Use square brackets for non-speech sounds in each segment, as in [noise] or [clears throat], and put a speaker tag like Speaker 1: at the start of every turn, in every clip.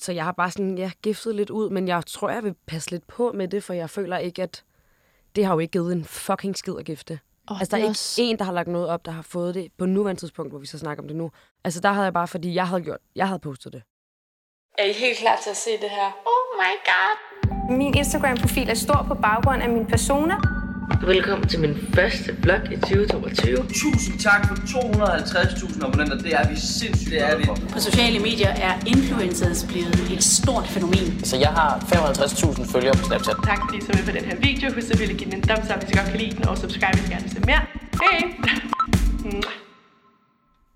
Speaker 1: så jeg har bare sådan, ja, giftet lidt ud, men jeg tror, jeg vil passe lidt på med det, for jeg føler ikke, at det har jo ikke givet en fucking skid at gifte.
Speaker 2: Oh,
Speaker 1: Altså, der er ikke en, der har lagt noget op, der har fået det på nuværende tidspunkt, hvor vi så snakker om det nu. Altså, der havde jeg bare, fordi jeg havde gjort, jeg havde postet det.
Speaker 3: Er I helt klar til at se det her?
Speaker 4: Oh my god.
Speaker 5: Min Instagram-profil er stor på baggrund af min persona.
Speaker 6: Velkommen til min første vlog i 2022.
Speaker 7: Tusind tak for 250.000 abonnenter. Det er vi sindssygt det er vi.
Speaker 8: På sociale medier er influencers blevet et stort fænomen.
Speaker 9: Så jeg har 55.000 følgere på Snapchat.
Speaker 3: Tak fordi I så med på den her video. Husk selvfølgelig at give den en thumbs up, hvis I godt kan lide den, og subscribe, hvis I gerne vil se mere. Hej!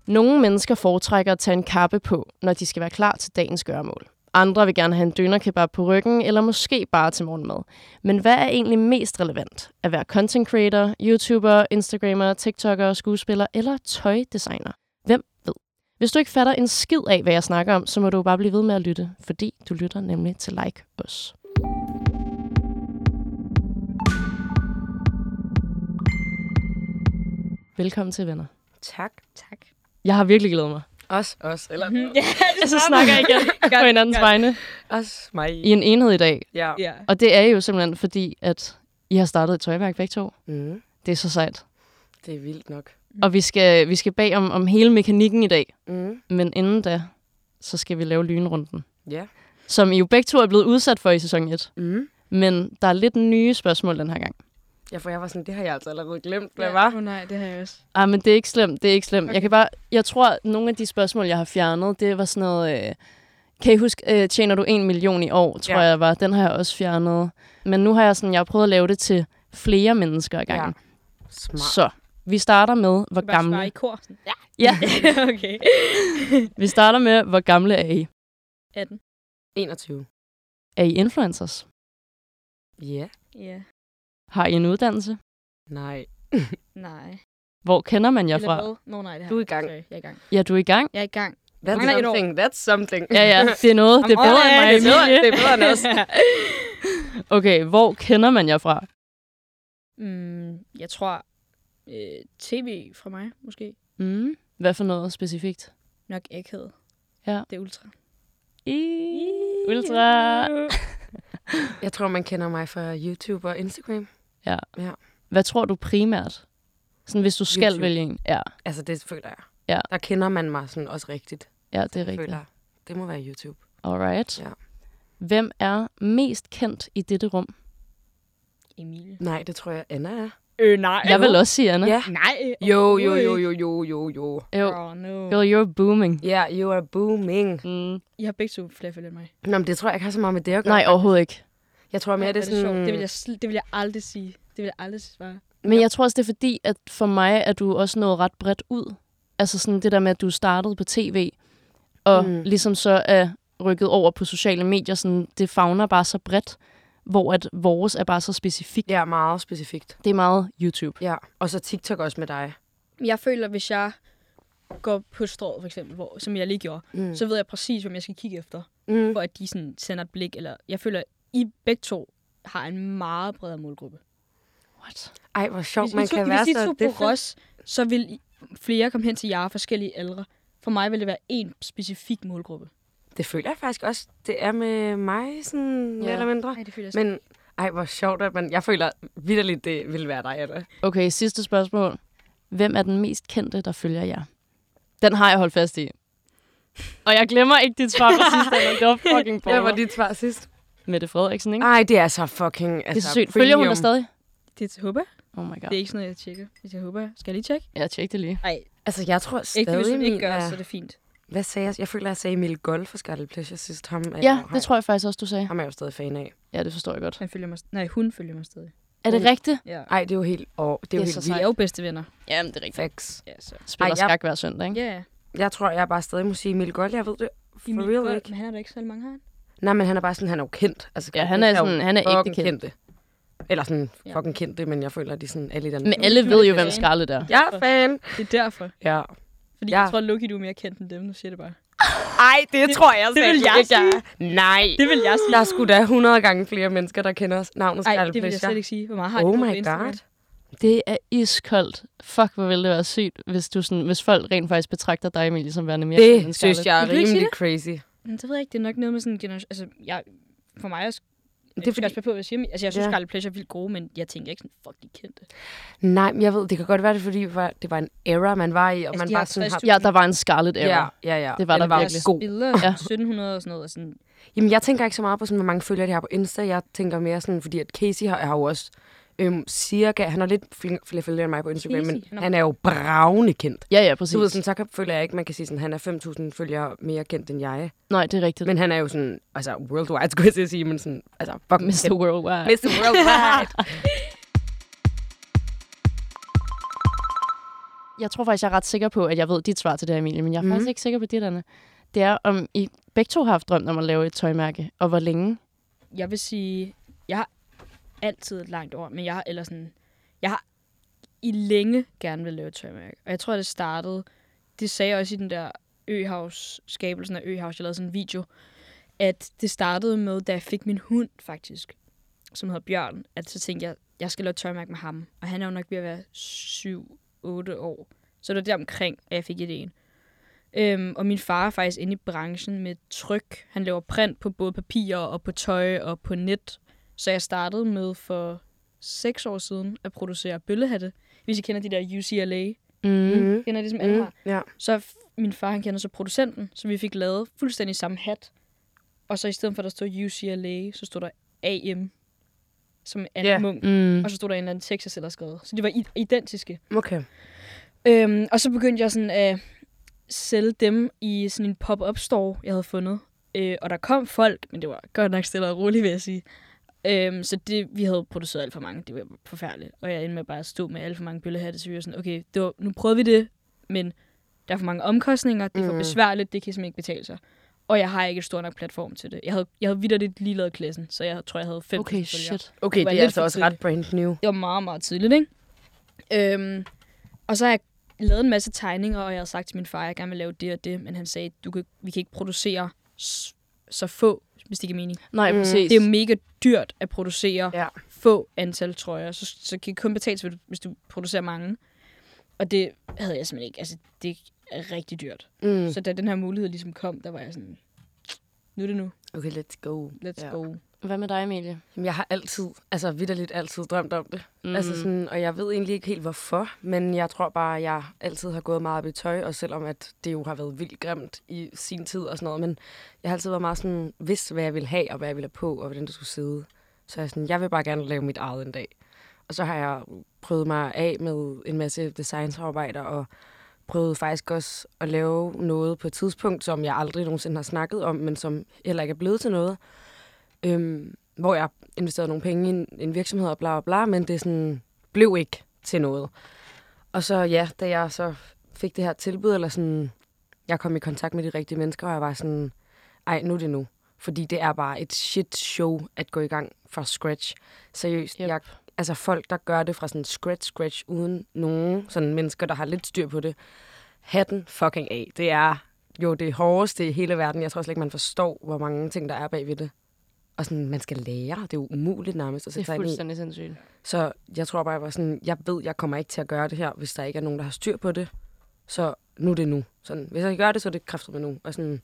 Speaker 2: [laughs] Nogle mennesker foretrækker at tage en kappe på, når de skal være klar til dagens gøremål. Andre vil gerne have en dønerkebab på ryggen, eller måske bare til morgenmad. Men hvad er egentlig mest relevant? At være content creator, YouTuber, Instagrammer, TikToker, skuespiller eller tøjdesigner? Hvem ved? Hvis du ikke fatter en skid af, hvad jeg snakker om, så må du bare blive ved med at lytte, fordi du lytter nemlig til Like Us. Velkommen til venner.
Speaker 1: Tak. Tak.
Speaker 2: Jeg har virkelig glædet mig.
Speaker 1: Også. Også. Eller
Speaker 2: så snakker jeg igen på hinandens vegne
Speaker 1: Mhm. også mig.
Speaker 2: i en enhed i dag.
Speaker 1: Ja. ja.
Speaker 2: Og det er jo simpelthen fordi, at I har startet et tøjværk begge to.
Speaker 1: Mm,
Speaker 2: Det er så sejt.
Speaker 1: det er vildt nok.
Speaker 2: Og vi skal, vi skal bag om, om hele mekanikken i dag.
Speaker 1: Mm.
Speaker 2: Men inden da, så skal vi lave lynrunden.
Speaker 1: Ja.
Speaker 2: Som I jo begge to er blevet udsat for i sæson 1.
Speaker 1: Mm.
Speaker 2: Men der er lidt nye spørgsmål den her gang.
Speaker 1: Ja, for jeg var sådan, det har jeg altså allerede glemt, hvad var?
Speaker 10: Oh, nej, det har jeg også.
Speaker 2: Ah, men det er ikke slemt, det er ikke slemt. Okay. Jeg kan bare, jeg tror, at nogle af de spørgsmål, jeg har fjernet, det var sådan noget, øh, kan I huske, øh, tjener du en million i år, tror
Speaker 1: Ja.
Speaker 2: ja. jeg var. Den har jeg også fjernet. Men nu har jeg sådan, jeg har prøvet at lave det til flere mennesker ad gangen. Ja.
Speaker 1: Smart.
Speaker 2: Så, vi starter med, hvor
Speaker 10: Du bare
Speaker 2: gamle...
Speaker 10: svare i kor. sådan. Ja.
Speaker 2: Ja,
Speaker 10: [laughs] okay.
Speaker 2: vi starter med, hvor gamle er I?
Speaker 10: 18.
Speaker 1: 21.
Speaker 2: Er I influencers?
Speaker 1: Ja.
Speaker 10: Ja.
Speaker 2: Har I en uddannelse?
Speaker 1: Nej.
Speaker 10: Nej.
Speaker 2: Hvor kender man jer
Speaker 10: Eller
Speaker 2: fra?
Speaker 10: hvad? Nå, nej, det har
Speaker 1: Du er
Speaker 10: jeg
Speaker 1: i gang.
Speaker 10: ikke. Sorry, jeg er i gang.
Speaker 2: Ja, du er i gang.
Speaker 10: Jeg er i gang.
Speaker 1: That's
Speaker 10: Mangler et år.
Speaker 1: something. That's something.
Speaker 2: Ja,
Speaker 1: [laughs]
Speaker 2: ja, det er noget. Det er bedre end mig,
Speaker 1: det er bedre, det
Speaker 2: Emilie.
Speaker 1: er bedre end [laughs] os.
Speaker 2: Okay, hvor kender man jer fra?
Speaker 10: [laughs] mm, jeg tror, øh, tv fra mig, måske.
Speaker 2: Mm. Hvad for noget specifikt?
Speaker 10: Nok æghed.
Speaker 2: Ja.
Speaker 10: Det er ultra.
Speaker 2: I...
Speaker 10: [laughs]
Speaker 2: Ultra.
Speaker 1: Jeg tror, man kender mig fra YouTube og Instagram.
Speaker 2: Hvad tror du primært? Sådan, hvis du skal
Speaker 1: YouTube.
Speaker 2: vælge en. Ja,
Speaker 1: Altså, det føler jeg.
Speaker 2: Ja.
Speaker 1: Der kender man mig sådan også rigtigt.
Speaker 2: ja det er rigtigt.
Speaker 1: Føler. jeg. Det må være YouTube.
Speaker 2: Alright.
Speaker 1: Ja.
Speaker 2: Hvem er mest kendt i dette rum?
Speaker 10: Emilie.
Speaker 1: Nej, det tror jeg, Anna er.
Speaker 10: Øh, nej.
Speaker 2: Jeg vil også sige, Anna.
Speaker 1: Ja.
Speaker 10: Nej.
Speaker 1: Jo, jo, jo, jo, jo, jo, jo.
Speaker 2: Jo.
Speaker 10: Oh, no.
Speaker 2: Girl, you're booming.
Speaker 1: Ja, yeah, you are booming.
Speaker 2: Mm.
Speaker 10: I har begge to flere følgere end mig.
Speaker 1: Nå, men det tror jeg ikke har så meget med det at gøre.
Speaker 2: Nej, overhovedet ikke.
Speaker 1: Jeg tror mere,
Speaker 10: Hvor
Speaker 1: det er
Speaker 10: sjovt.
Speaker 1: sådan...
Speaker 10: det, vil jeg, sl- det vil jeg aldrig sige. Det vil jeg aldrig svare.
Speaker 2: Men jeg tror også, det er fordi, at for mig er du også nået ret bredt ud. Altså sådan det der med, at du startede på tv, og
Speaker 1: Mm.
Speaker 2: mm. ligesom så er rykket over på sociale medier, sådan, det fagner bare så bredt, hvor at vores er bare så specifikt.
Speaker 1: Ja, meget specifikt.
Speaker 2: Det er meget YouTube.
Speaker 1: Ja, og så TikTok også med dig.
Speaker 10: Men Jeg føler, hvis jeg går på strået, for eksempel, hvor, som jeg lige gjorde,
Speaker 1: Mm.
Speaker 10: så ved jeg præcis, hvem jeg skal kigge efter.
Speaker 1: mm.
Speaker 10: for at de sådan sender et blik. Eller jeg føler, I begge to har en meget bredere målgruppe.
Speaker 2: What?
Speaker 1: Ej, hvor sjovt,
Speaker 10: hvis
Speaker 1: man
Speaker 10: I to,
Speaker 1: kan være
Speaker 10: hvis I
Speaker 1: så...
Speaker 10: to
Speaker 1: det er
Speaker 10: på Ros, så vil I- flere komme hen til jer af forskellige aldre. For mig vil det være en specifik målgruppe.
Speaker 1: fedt. Det føler jeg faktisk også, det er med mig, sådan mere
Speaker 2: Ja.
Speaker 1: eller mindre.
Speaker 10: Nej, det føler jeg
Speaker 1: Ah, Men ej, hvor sjovt, at man... Jeg føler vidderligt, det ville være dig, eller?
Speaker 2: Okay, sidste spørgsmål. Hvem er den mest kendte, der følger jer? Den har jeg holdt fast i. Og jeg glemmer ikke dit svar fra sidste
Speaker 1: [laughs]
Speaker 2: gang. Det var fucking
Speaker 1: Hvad var
Speaker 2: borger.
Speaker 1: dit svar sidst?
Speaker 2: Mette Frederiksen, ikke?
Speaker 1: Ej, det er så fucking... Altså,
Speaker 2: det er så sygt. Følger hun
Speaker 1: premium.
Speaker 2: dig stadig?
Speaker 10: Det er til Hubba.
Speaker 2: Oh my
Speaker 10: Det er
Speaker 2: god.
Speaker 10: ikke sådan noget, jeg tjekker. Hvis jeg Hubba, skal jeg lige tjekke?
Speaker 2: Jeg tjekker det lige.
Speaker 10: Nej,
Speaker 1: Altså, jeg tror
Speaker 10: ikke hvis
Speaker 1: stadig,
Speaker 10: hun
Speaker 1: min
Speaker 10: ikke gør,
Speaker 1: er...
Speaker 10: så er det fint.
Speaker 1: Hvad sagde jeg? Jeg føler, jeg sagde Emil Gold for Scarlet Pleasure sidst. Ham er
Speaker 2: Ja,
Speaker 1: jeg,
Speaker 2: det tror jeg faktisk også, du sagde.
Speaker 1: Ham er jeg jo stadig fan af.
Speaker 2: Ja, det forstår jeg godt.
Speaker 10: Han følger mig, st- nej, hun følger mig stadig.
Speaker 2: Er det rigtigt?
Speaker 10: Ja.
Speaker 1: Ej, det er jo helt... Åh, det er jo
Speaker 2: Det er
Speaker 1: helt
Speaker 2: så
Speaker 10: Vi
Speaker 1: vildt.
Speaker 10: er jo bedste venner.
Speaker 2: Jamen, det er rigtigt.
Speaker 1: Facts.
Speaker 10: Ja, så.
Speaker 2: Spiller
Speaker 1: Ej, jeg-
Speaker 2: skak hver søndag, ikke?
Speaker 10: Ja, ja.
Speaker 1: Jeg tror, jeg bare stadig må sige Emil Gold. Jeg ved det for
Speaker 10: Emil
Speaker 1: real
Speaker 10: Gold,
Speaker 1: ikke.
Speaker 10: Men han er der ikke så mange, har han?
Speaker 1: Nej, men han er bare sådan, han er jo kendt. Altså,
Speaker 2: Ja, han er
Speaker 1: jo
Speaker 2: sådan- han er ægte
Speaker 1: fucking
Speaker 2: kendt.
Speaker 1: kendte. Eller sådan
Speaker 10: Ja.
Speaker 1: fucking kendte, men jeg føler, at de sådan er lidt andet.
Speaker 2: Men alle ved jo, hvem
Speaker 10: Fan.
Speaker 2: Scarlett er.
Speaker 1: Jeg er fan.
Speaker 10: Det er derfor.
Speaker 1: Ja.
Speaker 10: Fordi
Speaker 1: Ja.
Speaker 10: ja. jeg tror, Lucky, du er mere kendt end dem. Nu siger jeg det bare.
Speaker 1: Ej, det, tror jeg
Speaker 10: det vil
Speaker 1: slet
Speaker 10: jeg
Speaker 1: ikke, er. Nej.
Speaker 10: Det vil jeg sige.
Speaker 1: Der er sgu da 100 gange flere mennesker, der kender os. navnet
Speaker 10: Nej,
Speaker 1: Scarlet
Speaker 10: det vil jeg
Speaker 1: Pleasure.
Speaker 10: slet ikke sige. Hvor meget har
Speaker 1: Oh
Speaker 10: I på
Speaker 1: my
Speaker 10: Instagram?
Speaker 1: god.
Speaker 2: Det er iskoldt. Fuck, hvor ville det være sygt, hvis, du sådan, hvis folk rent faktisk betragter dig, Emilie, som værende mere kendt end
Speaker 1: Det
Speaker 2: Scarlett.
Speaker 1: synes jeg er
Speaker 10: Vil du ikke sige
Speaker 1: rimelig crazy.
Speaker 10: Men det ved jeg ikke, det er nok noget med sådan en generation... Altså, jeg, for mig også...
Speaker 1: er
Speaker 10: Det er fordi...
Speaker 1: fordi-
Speaker 10: Jeg skal også passe på, hvad jeg siger. men- Altså, jeg synes,
Speaker 1: Ja.
Speaker 10: ja. Scarlet Pleasure er vildt gode, men jeg tænker ikke sådan, fuck, de kendte.
Speaker 1: Nej, men jeg ved, det kan godt være, det er, fordi var- det var en era, man var i, og
Speaker 10: Altså,
Speaker 1: man
Speaker 10: de
Speaker 1: bare
Speaker 10: har
Speaker 1: sådan
Speaker 10: 60.000
Speaker 1: har...
Speaker 2: Ja, der var en Scarlet Era.
Speaker 1: Ja,
Speaker 2: Ja.
Speaker 1: ja, ja.
Speaker 2: Det var
Speaker 1: Den
Speaker 2: der
Speaker 1: var
Speaker 10: Deres
Speaker 1: virkelig god.
Speaker 10: Billeder
Speaker 2: Ja.
Speaker 10: ja. 1700 og sådan noget, og sådan...
Speaker 1: Jamen, jeg tænker ikke så meget på, sådan, hvor mange følgere de har på Insta. Jeg tænker mere sådan, fordi at Casey har, har jo også øhm, cirka... Han har lidt fl- flere følgere end mig på Instagram,
Speaker 10: Casey?
Speaker 1: men
Speaker 10: Nå.
Speaker 1: han er jo bravende kendt.
Speaker 2: Ja, ja, præcis.
Speaker 1: Du ved, sådan, så kan- føler jeg ikke, man kan sige, sådan, han er 5.000 følgere mere kendt end jeg.
Speaker 2: Nej, det er rigtigt.
Speaker 1: Men han er jo sådan, altså worldwide, [laughs] skulle jeg til at sige, men sådan, altså fuck
Speaker 2: Mr. Worldwide.
Speaker 1: Mr.
Speaker 2: [laughs]
Speaker 1: Worldwide.
Speaker 2: Jeg tror faktisk, jeg er ret sikker på, at jeg ved dit svar til det, her, Emilie, men jeg er mm.
Speaker 1: Mhm.
Speaker 2: faktisk ikke sikker på dit, Anna. Det er, om I begge to har haft drømt om at lave et tøjmærke, og hvor længe.
Speaker 10: Jeg vil sige... Jeg har altid et langt ord, men jeg har... Eller sådan... Jeg har i længe gerne vil lave et tøjmærke. Og jeg tror, det startede... Det sagde jeg også i den der Øhavs... Skabelsen af Øhavs. Jeg lavede sådan en video. At det startede med, da jeg fik min hund, faktisk. Som hedder Bjørn. At så tænkte jeg, jeg skal lave et tøjmærke med ham. Og han er jo nok ved at være 7-8 år. Så det var deromkring, at jeg fik idéen. Øhm, og min far er faktisk inde i branchen med tryk. Han laver print på både papirer og på tøj og på net. Så jeg startede med for seks år siden at producere bøllehatte. Hvis I kender de der UCLA,
Speaker 2: Mm.
Speaker 10: kender de som alle
Speaker 1: Mm,
Speaker 10: har.
Speaker 1: ja.
Speaker 10: Så f- min far, han kender så producenten, så vi fik lavet fuldstændig samme hat. Og så i stedet for, at der stod UCLA, så stod der AM, som Anne
Speaker 1: Ja.
Speaker 10: yeah. Munk.
Speaker 2: Mm.
Speaker 10: Og så stod der en eller anden tekst, jeg selv havde skrevet. Så de var i- identiske.
Speaker 1: Okay.
Speaker 10: Øhm, og så begyndte jeg sådan at sælge dem i sådan en pop-up store, jeg havde fundet. Øh, og der kom folk, men det var godt nok stille og roligt, vil jeg sige. Øhm, så det, vi havde produceret alt for mange, det var forfærdeligt. Og jeg endte med bare at stå med alt for mange bøllehatte, så vi var sådan, okay, det var, nu prøvede vi det, men der er for mange omkostninger, det er for
Speaker 1: Mm.
Speaker 10: besværligt, det kan simpelthen ikke betale sig. Og jeg har ikke et stor nok platform til det. Jeg havde, jeg havde vidderligt lige lavet klassen, så jeg tror, jeg havde fem
Speaker 2: Okay, shit.
Speaker 1: Okay,
Speaker 10: var
Speaker 1: det er
Speaker 10: lidt
Speaker 1: altså
Speaker 10: for
Speaker 1: også ret brand new.
Speaker 10: det var meget, meget tidligt, ikke? Øhm, og så har jeg lavet en masse tegninger, og jeg havde sagt til min far, at jeg gerne vil lave det og det, men han sagde, du kan, vi kan ikke producere s- så få, hvis det giver mening.
Speaker 2: Nej,
Speaker 1: Mm.
Speaker 2: præcis.
Speaker 10: Det er jo mega dyrt at producere
Speaker 1: Ja.
Speaker 10: få antal trøjer, så, så kan det kun betales, hvis du- hvis du producerer mange. Og det havde jeg simpelthen ikke. Altså, det er rigtig dyrt.
Speaker 1: Mm.
Speaker 10: Mm. Så da den her mulighed ligesom kom, der var jeg sådan, nu er det nu,
Speaker 1: Okay, let's go.
Speaker 10: let's
Speaker 1: Ja.
Speaker 10: ja. go.
Speaker 2: Hvad med dig, Emilie?
Speaker 1: Jamen, jeg har altid, altså vidderligt altid drømt om det.
Speaker 2: Mm.
Speaker 1: Mm. Altså sådan, og jeg ved egentlig ikke helt hvorfor, men jeg tror bare, at jeg altid har gået meget op i tøj, og selvom at det jo har været vildt grimt i sin tid og sådan noget, men jeg har altid været meget sådan, vidst hvad jeg ville have, og hvad jeg ville have på, og hvordan det skulle sidde. Så jeg er sådan, jeg vil bare gerne lave mit eget en dag. Og så har jeg prøvet mig af med en masse designarbejder, og prøvede faktisk også at lave noget på et tidspunkt, som jeg aldrig nogensinde har snakket om, men som heller ikke er blevet til noget. Øhm, hvor jeg investerede nogle penge i en, en virksomhed og bla bla bla, men det sådan, blev ikke til noget. Og så ja, da jeg så fik det her tilbud, eller sådan, jeg kom i kontakt med de rigtige mennesker, og jeg var sådan, ej, nu er det nu. Fordi det er bare et shit show at gå i gang fra scratch. Seriøst,
Speaker 2: Yep.
Speaker 1: yep. jeg, altså folk, der gør det fra sådan scratch, scratch, uden nogen sådan mennesker, der har lidt styr på det, hatten fucking af. Det er jo det hårdeste i hele verden. Jeg tror slet ikke, man forstår, hvor mange ting, der er bagved det. Og sådan, man skal lære. Det er jo umuligt nærmest at
Speaker 2: Det
Speaker 1: sætte sig
Speaker 2: er
Speaker 1: ind i.
Speaker 2: fuldstændig sindssygt.
Speaker 1: Så jeg tror bare, jeg var sådan, jeg ved, jeg kommer ikke til at gøre det her, hvis der ikke er nogen, der har styr på det. Så nu er det nu. Sådan, hvis jeg ikke gør det, så er det kræftet med nu. Og sådan,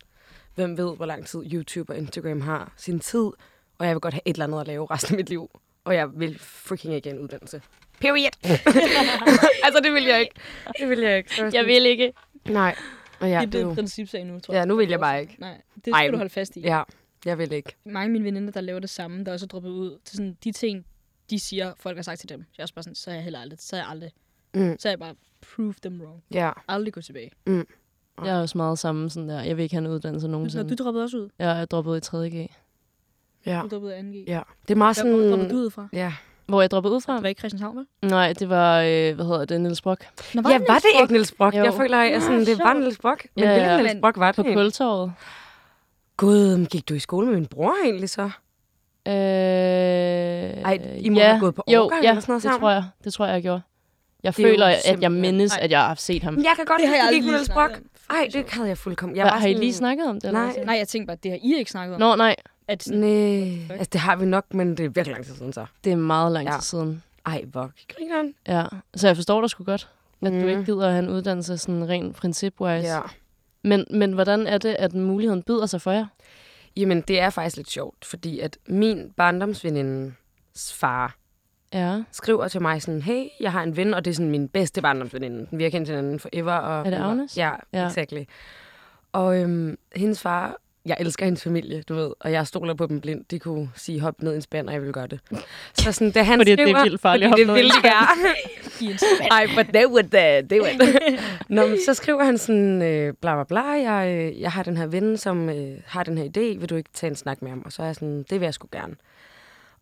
Speaker 1: hvem ved, hvor lang tid YouTube og Instagram har sin tid, og jeg vil godt have et eller andet at lave resten af mit liv. Og jeg vil freaking ikke have en uddannelse. Period. [laughs] altså, det vil jeg ikke. Det vil jeg ikke. Så sådan-
Speaker 2: Jeg vil ikke.
Speaker 1: Nej. Og ja,
Speaker 10: Det er
Speaker 1: det er
Speaker 10: blevet
Speaker 1: jo.
Speaker 10: principsag nu, tror
Speaker 1: Ja,
Speaker 10: jeg.
Speaker 1: nu vil jeg bare ikke.
Speaker 10: Nej, det skal
Speaker 1: Ej,
Speaker 10: du holde fast i.
Speaker 1: Ja, jeg vil ikke.
Speaker 10: mange af mine veninder, der laver det samme, der også er droppet ud. Det er sådan, de ting, de siger, folk har sagt til dem. Så jeg er også bare sådan, så er jeg heller aldrig, så er jeg aldrig.
Speaker 1: Mm. Mm-hmm.
Speaker 10: Så er jeg bare, prove them wrong.
Speaker 1: Ja.
Speaker 10: Aldrig gå tilbage.
Speaker 2: Jeg er også meget sammen sådan der. Jeg vil ikke have en uddannelse
Speaker 10: Når
Speaker 2: nogensinde.
Speaker 10: du droppede også ud.
Speaker 2: Jeg er droppet ud i 3.G.
Speaker 1: Ja.
Speaker 10: Du droppede 2G. Ja.
Speaker 1: ja. Det er meget
Speaker 10: Sådan... Hvor droppede du
Speaker 1: sådan...
Speaker 10: ud fra?
Speaker 1: Ja.
Speaker 2: Hvor jeg droppede ud fra?
Speaker 10: Det var ikke Christianshavn, vel?
Speaker 2: Nej, det var, øh, hvad hedder det, Niels Brock.
Speaker 10: Nå,
Speaker 1: ja, var det ikke Niels Brock?
Speaker 2: Jo.
Speaker 1: Jeg føler, at jeg sådan, det var
Speaker 10: sjovt.
Speaker 1: Niels Brock. Men
Speaker 2: Ja,
Speaker 1: ja,
Speaker 2: ja.
Speaker 1: hvilken Niels
Speaker 10: Men-
Speaker 1: Brock var
Speaker 2: På
Speaker 1: det egentlig?
Speaker 2: Kultorvet.
Speaker 1: Gud, men gik du i skole med min bror egentlig så?
Speaker 2: Øh,
Speaker 1: Ej, I må have gået på
Speaker 2: jo,
Speaker 1: årgang
Speaker 2: Øh, ja,
Speaker 1: eller sådan noget
Speaker 2: det
Speaker 1: sammen.
Speaker 2: tror jeg. Det tror jeg, jeg gjorde. Jeg
Speaker 1: Det er jo
Speaker 2: føler, at jeg
Speaker 1: simpelthen-
Speaker 2: mindes,
Speaker 10: Ej.
Speaker 2: at jeg har set ham.
Speaker 1: Men Jeg kan godt
Speaker 10: Det har
Speaker 1: huske,
Speaker 10: jeg
Speaker 1: at gik med
Speaker 10: aldrig
Speaker 1: Niels
Speaker 10: lige
Speaker 1: Brock.
Speaker 10: snakket om.
Speaker 1: Ej, det havde jeg fuldkommen. Jeg
Speaker 2: Hva-
Speaker 1: var
Speaker 2: har I
Speaker 1: sådan-
Speaker 2: lige snakket om det? eller
Speaker 1: Nej.
Speaker 2: hvad?
Speaker 10: Nej, jeg tænkte bare, det har I ikke snakket om.
Speaker 2: Nå, nej.
Speaker 10: At sådan,
Speaker 1: Nej, altså det har vi nok, men det er virkelig lang tid siden så.
Speaker 2: Det er meget lang tid
Speaker 1: Ja.
Speaker 2: siden.
Speaker 1: Ej, hvor grineren.
Speaker 2: Ja. Så jeg forstår dig sgu godt, at mm. du
Speaker 1: Mm.
Speaker 2: ikke gider at have en uddannelse sådan rent princip-wise.
Speaker 1: Ja.
Speaker 2: Men, men hvordan er det, at muligheden byder sig for jer?
Speaker 1: Jamen, det er faktisk lidt sjovt, fordi at min barndomsvenindens far
Speaker 2: Ja.
Speaker 1: skriver til mig sådan, hey, jeg har en ven, og det er sådan min bedste barndomsveninde. Vi har kendt hinanden forever. Og
Speaker 2: Er det
Speaker 1: ever."
Speaker 2: Agnes?
Speaker 1: Ja,
Speaker 2: Ja.
Speaker 1: ja, exactly. Og øhm, hendes far, jeg elsker hendes familie, du ved, og jeg stoler på dem blindt. De kunne sige, hop ned i en spand, og jeg ville gøre det. Så sådan, da han
Speaker 2: Fordi det er
Speaker 1: skriver,
Speaker 2: vildt farligt at
Speaker 1: fordi
Speaker 2: hoppe ned i en
Speaker 1: det er [laughs] vildt, ja. Ej, but they would uh, do it. [laughs] Nå, men så skriver han sådan, øh, bla bla bla, jeg, øh, jeg har den her ven, som øh, har den her idé, vil du ikke tage en snak med ham? Og så er jeg sådan, det vil jeg sgu gerne.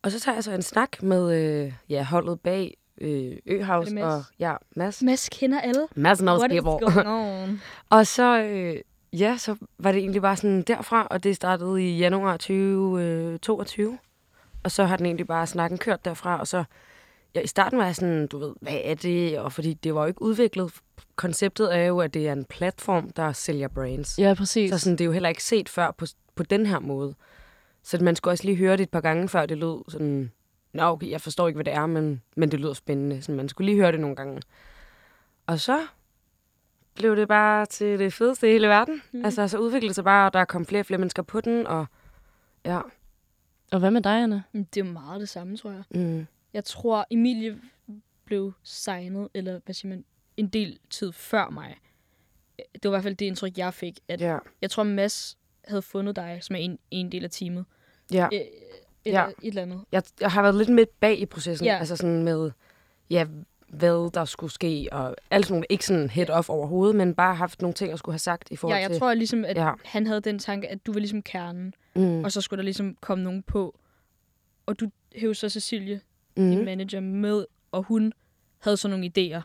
Speaker 1: Og så tager jeg så en snak med øh, ja, holdet bag øh,
Speaker 10: Er
Speaker 1: Øhaus
Speaker 10: det Mads?
Speaker 1: og ja, Mads.
Speaker 10: Mads kender alle.
Speaker 1: Mads knows
Speaker 10: What is
Speaker 1: people.
Speaker 10: going on?
Speaker 1: og så, øh, ja, så var det egentlig bare sådan derfra, og det startede i januar 2022. Og så har den egentlig bare snakken kørt derfra, og så ja, i starten var jeg sådan, du ved, hvad er det? Og fordi det var jo ikke udviklet. Konceptet er jo, at det er en platform, der sælger brands.
Speaker 2: Ja, præcis.
Speaker 1: Så sådan, det er jo heller ikke set før på, på den her måde. Så man skulle også lige høre det et par gange, før det lød sådan... Nå, okay, jeg forstår ikke, hvad det er, men, men det lyder spændende. Så man skulle lige høre det nogle gange. Og så blev det bare til det fedeste i hele verden.
Speaker 10: Mm-hmm.
Speaker 1: Mm. Altså, så udviklede det sig bare, og der kom flere og flere mennesker på den, og ja.
Speaker 2: Og hvad med dig, Anna?
Speaker 10: Men Det er jo meget det samme, tror jeg.
Speaker 1: Mm.
Speaker 10: Jeg tror, Emilie blev signet, eller hvad siger man, en del tid før mig. Det var i hvert fald det indtryk, jeg fik. At
Speaker 1: Ja.
Speaker 10: Jeg tror, Mads havde fundet dig, som er en, en del af teamet.
Speaker 1: ja.
Speaker 10: Øh, Eller
Speaker 1: Ja.
Speaker 10: et eller andet.
Speaker 1: jeg, jeg har været lidt med bag i processen,
Speaker 10: Ja.
Speaker 1: ja. altså sådan med, ja, hvad der skulle ske, og alt sådan nogle, ikke sådan head off overhovedet, men bare haft nogle ting, jeg skulle have sagt i forhold
Speaker 10: Ja, jeg
Speaker 1: til...
Speaker 10: tror ligesom, at
Speaker 1: Ja.
Speaker 10: han havde den tanke, at du var ligesom kernen,
Speaker 1: Mm.
Speaker 10: og så skulle der ligesom komme nogen på. Og du hævde så Cecilie,
Speaker 1: Mm.
Speaker 10: din manager, med, og hun havde så nogle idéer,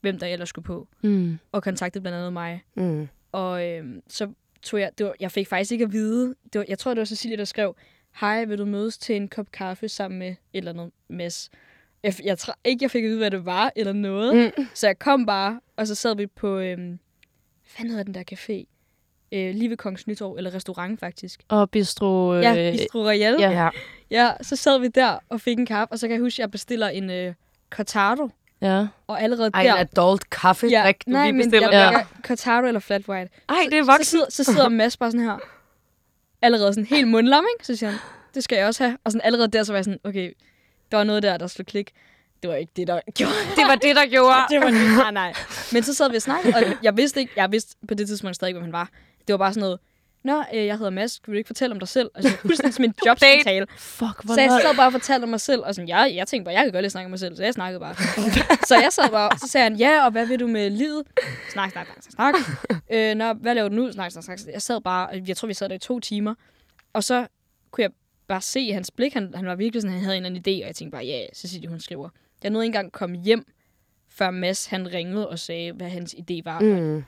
Speaker 10: hvem der ellers skulle på,
Speaker 2: Mm.
Speaker 10: og kontaktede blandt andet mig.
Speaker 1: Mm.
Speaker 10: Og øhm, så tog jeg, det var, jeg fik faktisk ikke at vide, det var, jeg tror, det var Cecilie, der skrev, hej, vil du mødes til en kop kaffe sammen med et eller andet mas? Jeg, f- jeg tror ikke, jeg fik at vide, hvad det var eller noget. Mm. Så jeg kom bare, og så sad vi på, øhm, hvad hedder den der café? Øh, lige ved Kongens Nytorv, eller restaurant faktisk.
Speaker 2: Og bistro... Øh,
Speaker 10: Ja, Bistro Royal. Ja.
Speaker 2: ja.
Speaker 1: Ja.
Speaker 10: ja, så sad vi der og fik en kaffe, og så kan jeg huske, at jeg bestiller en øh, cortado,
Speaker 2: ja.
Speaker 10: og allerede
Speaker 1: Ej,
Speaker 10: der...
Speaker 1: en adult kaffe, ja. du
Speaker 10: nej,
Speaker 1: lige
Speaker 10: men
Speaker 1: bestiller.
Speaker 10: jeg
Speaker 2: der.
Speaker 10: ja. cortado eller flat white.
Speaker 1: Ej, det er
Speaker 10: Så
Speaker 1: voksen.
Speaker 10: sidder, så sidder Mads bare sådan her, allerede sådan helt mundlam, ikke? Så siger han, det skal jeg også have. Og sådan allerede der, så var jeg sådan, okay, der var noget der, der slog klik. Det var ikke det, der gjorde
Speaker 1: [laughs] Det var det, der gjorde.
Speaker 10: [laughs] det. Var det. Nej, nej. Men så sad vi og snakkede, og jeg vidste, ikke, jeg vidste på det tidspunkt stadig ikke, hvem han var. Det var bare sådan noget, Nå, øh, jeg hedder Mads, skal du ikke fortælle om dig selv? Altså, fuldstændig som en jobsamtale.
Speaker 2: Fuck, hvor
Speaker 10: Så jeg
Speaker 2: lol.
Speaker 10: sad bare og fortalte om mig selv, og sådan, jeg, jeg tænkte bare, jeg kan godt lige snakke om mig selv, så jeg snakkede
Speaker 2: [laughs]
Speaker 10: bare. så jeg sad bare, og så sagde han, ja, og hvad vil du med livet? Snak, snak, snak, snak.
Speaker 2: [laughs]
Speaker 10: snak. øh, nå, hvad laver du nu? Snak, snak, snak. Jeg sad bare, og jeg tror, vi sad der i to timer, og så kunne jeg bare se i hans blik, han, han var virkelig sådan, han havde en eller anden idé, og jeg tænkte bare, ja, yeah, Cecilie, hun skriver. Jeg nåede ikke engang at komme hjem, før Mads, han ringede og sagde, hvad hans idé var, mm.
Speaker 1: Mm.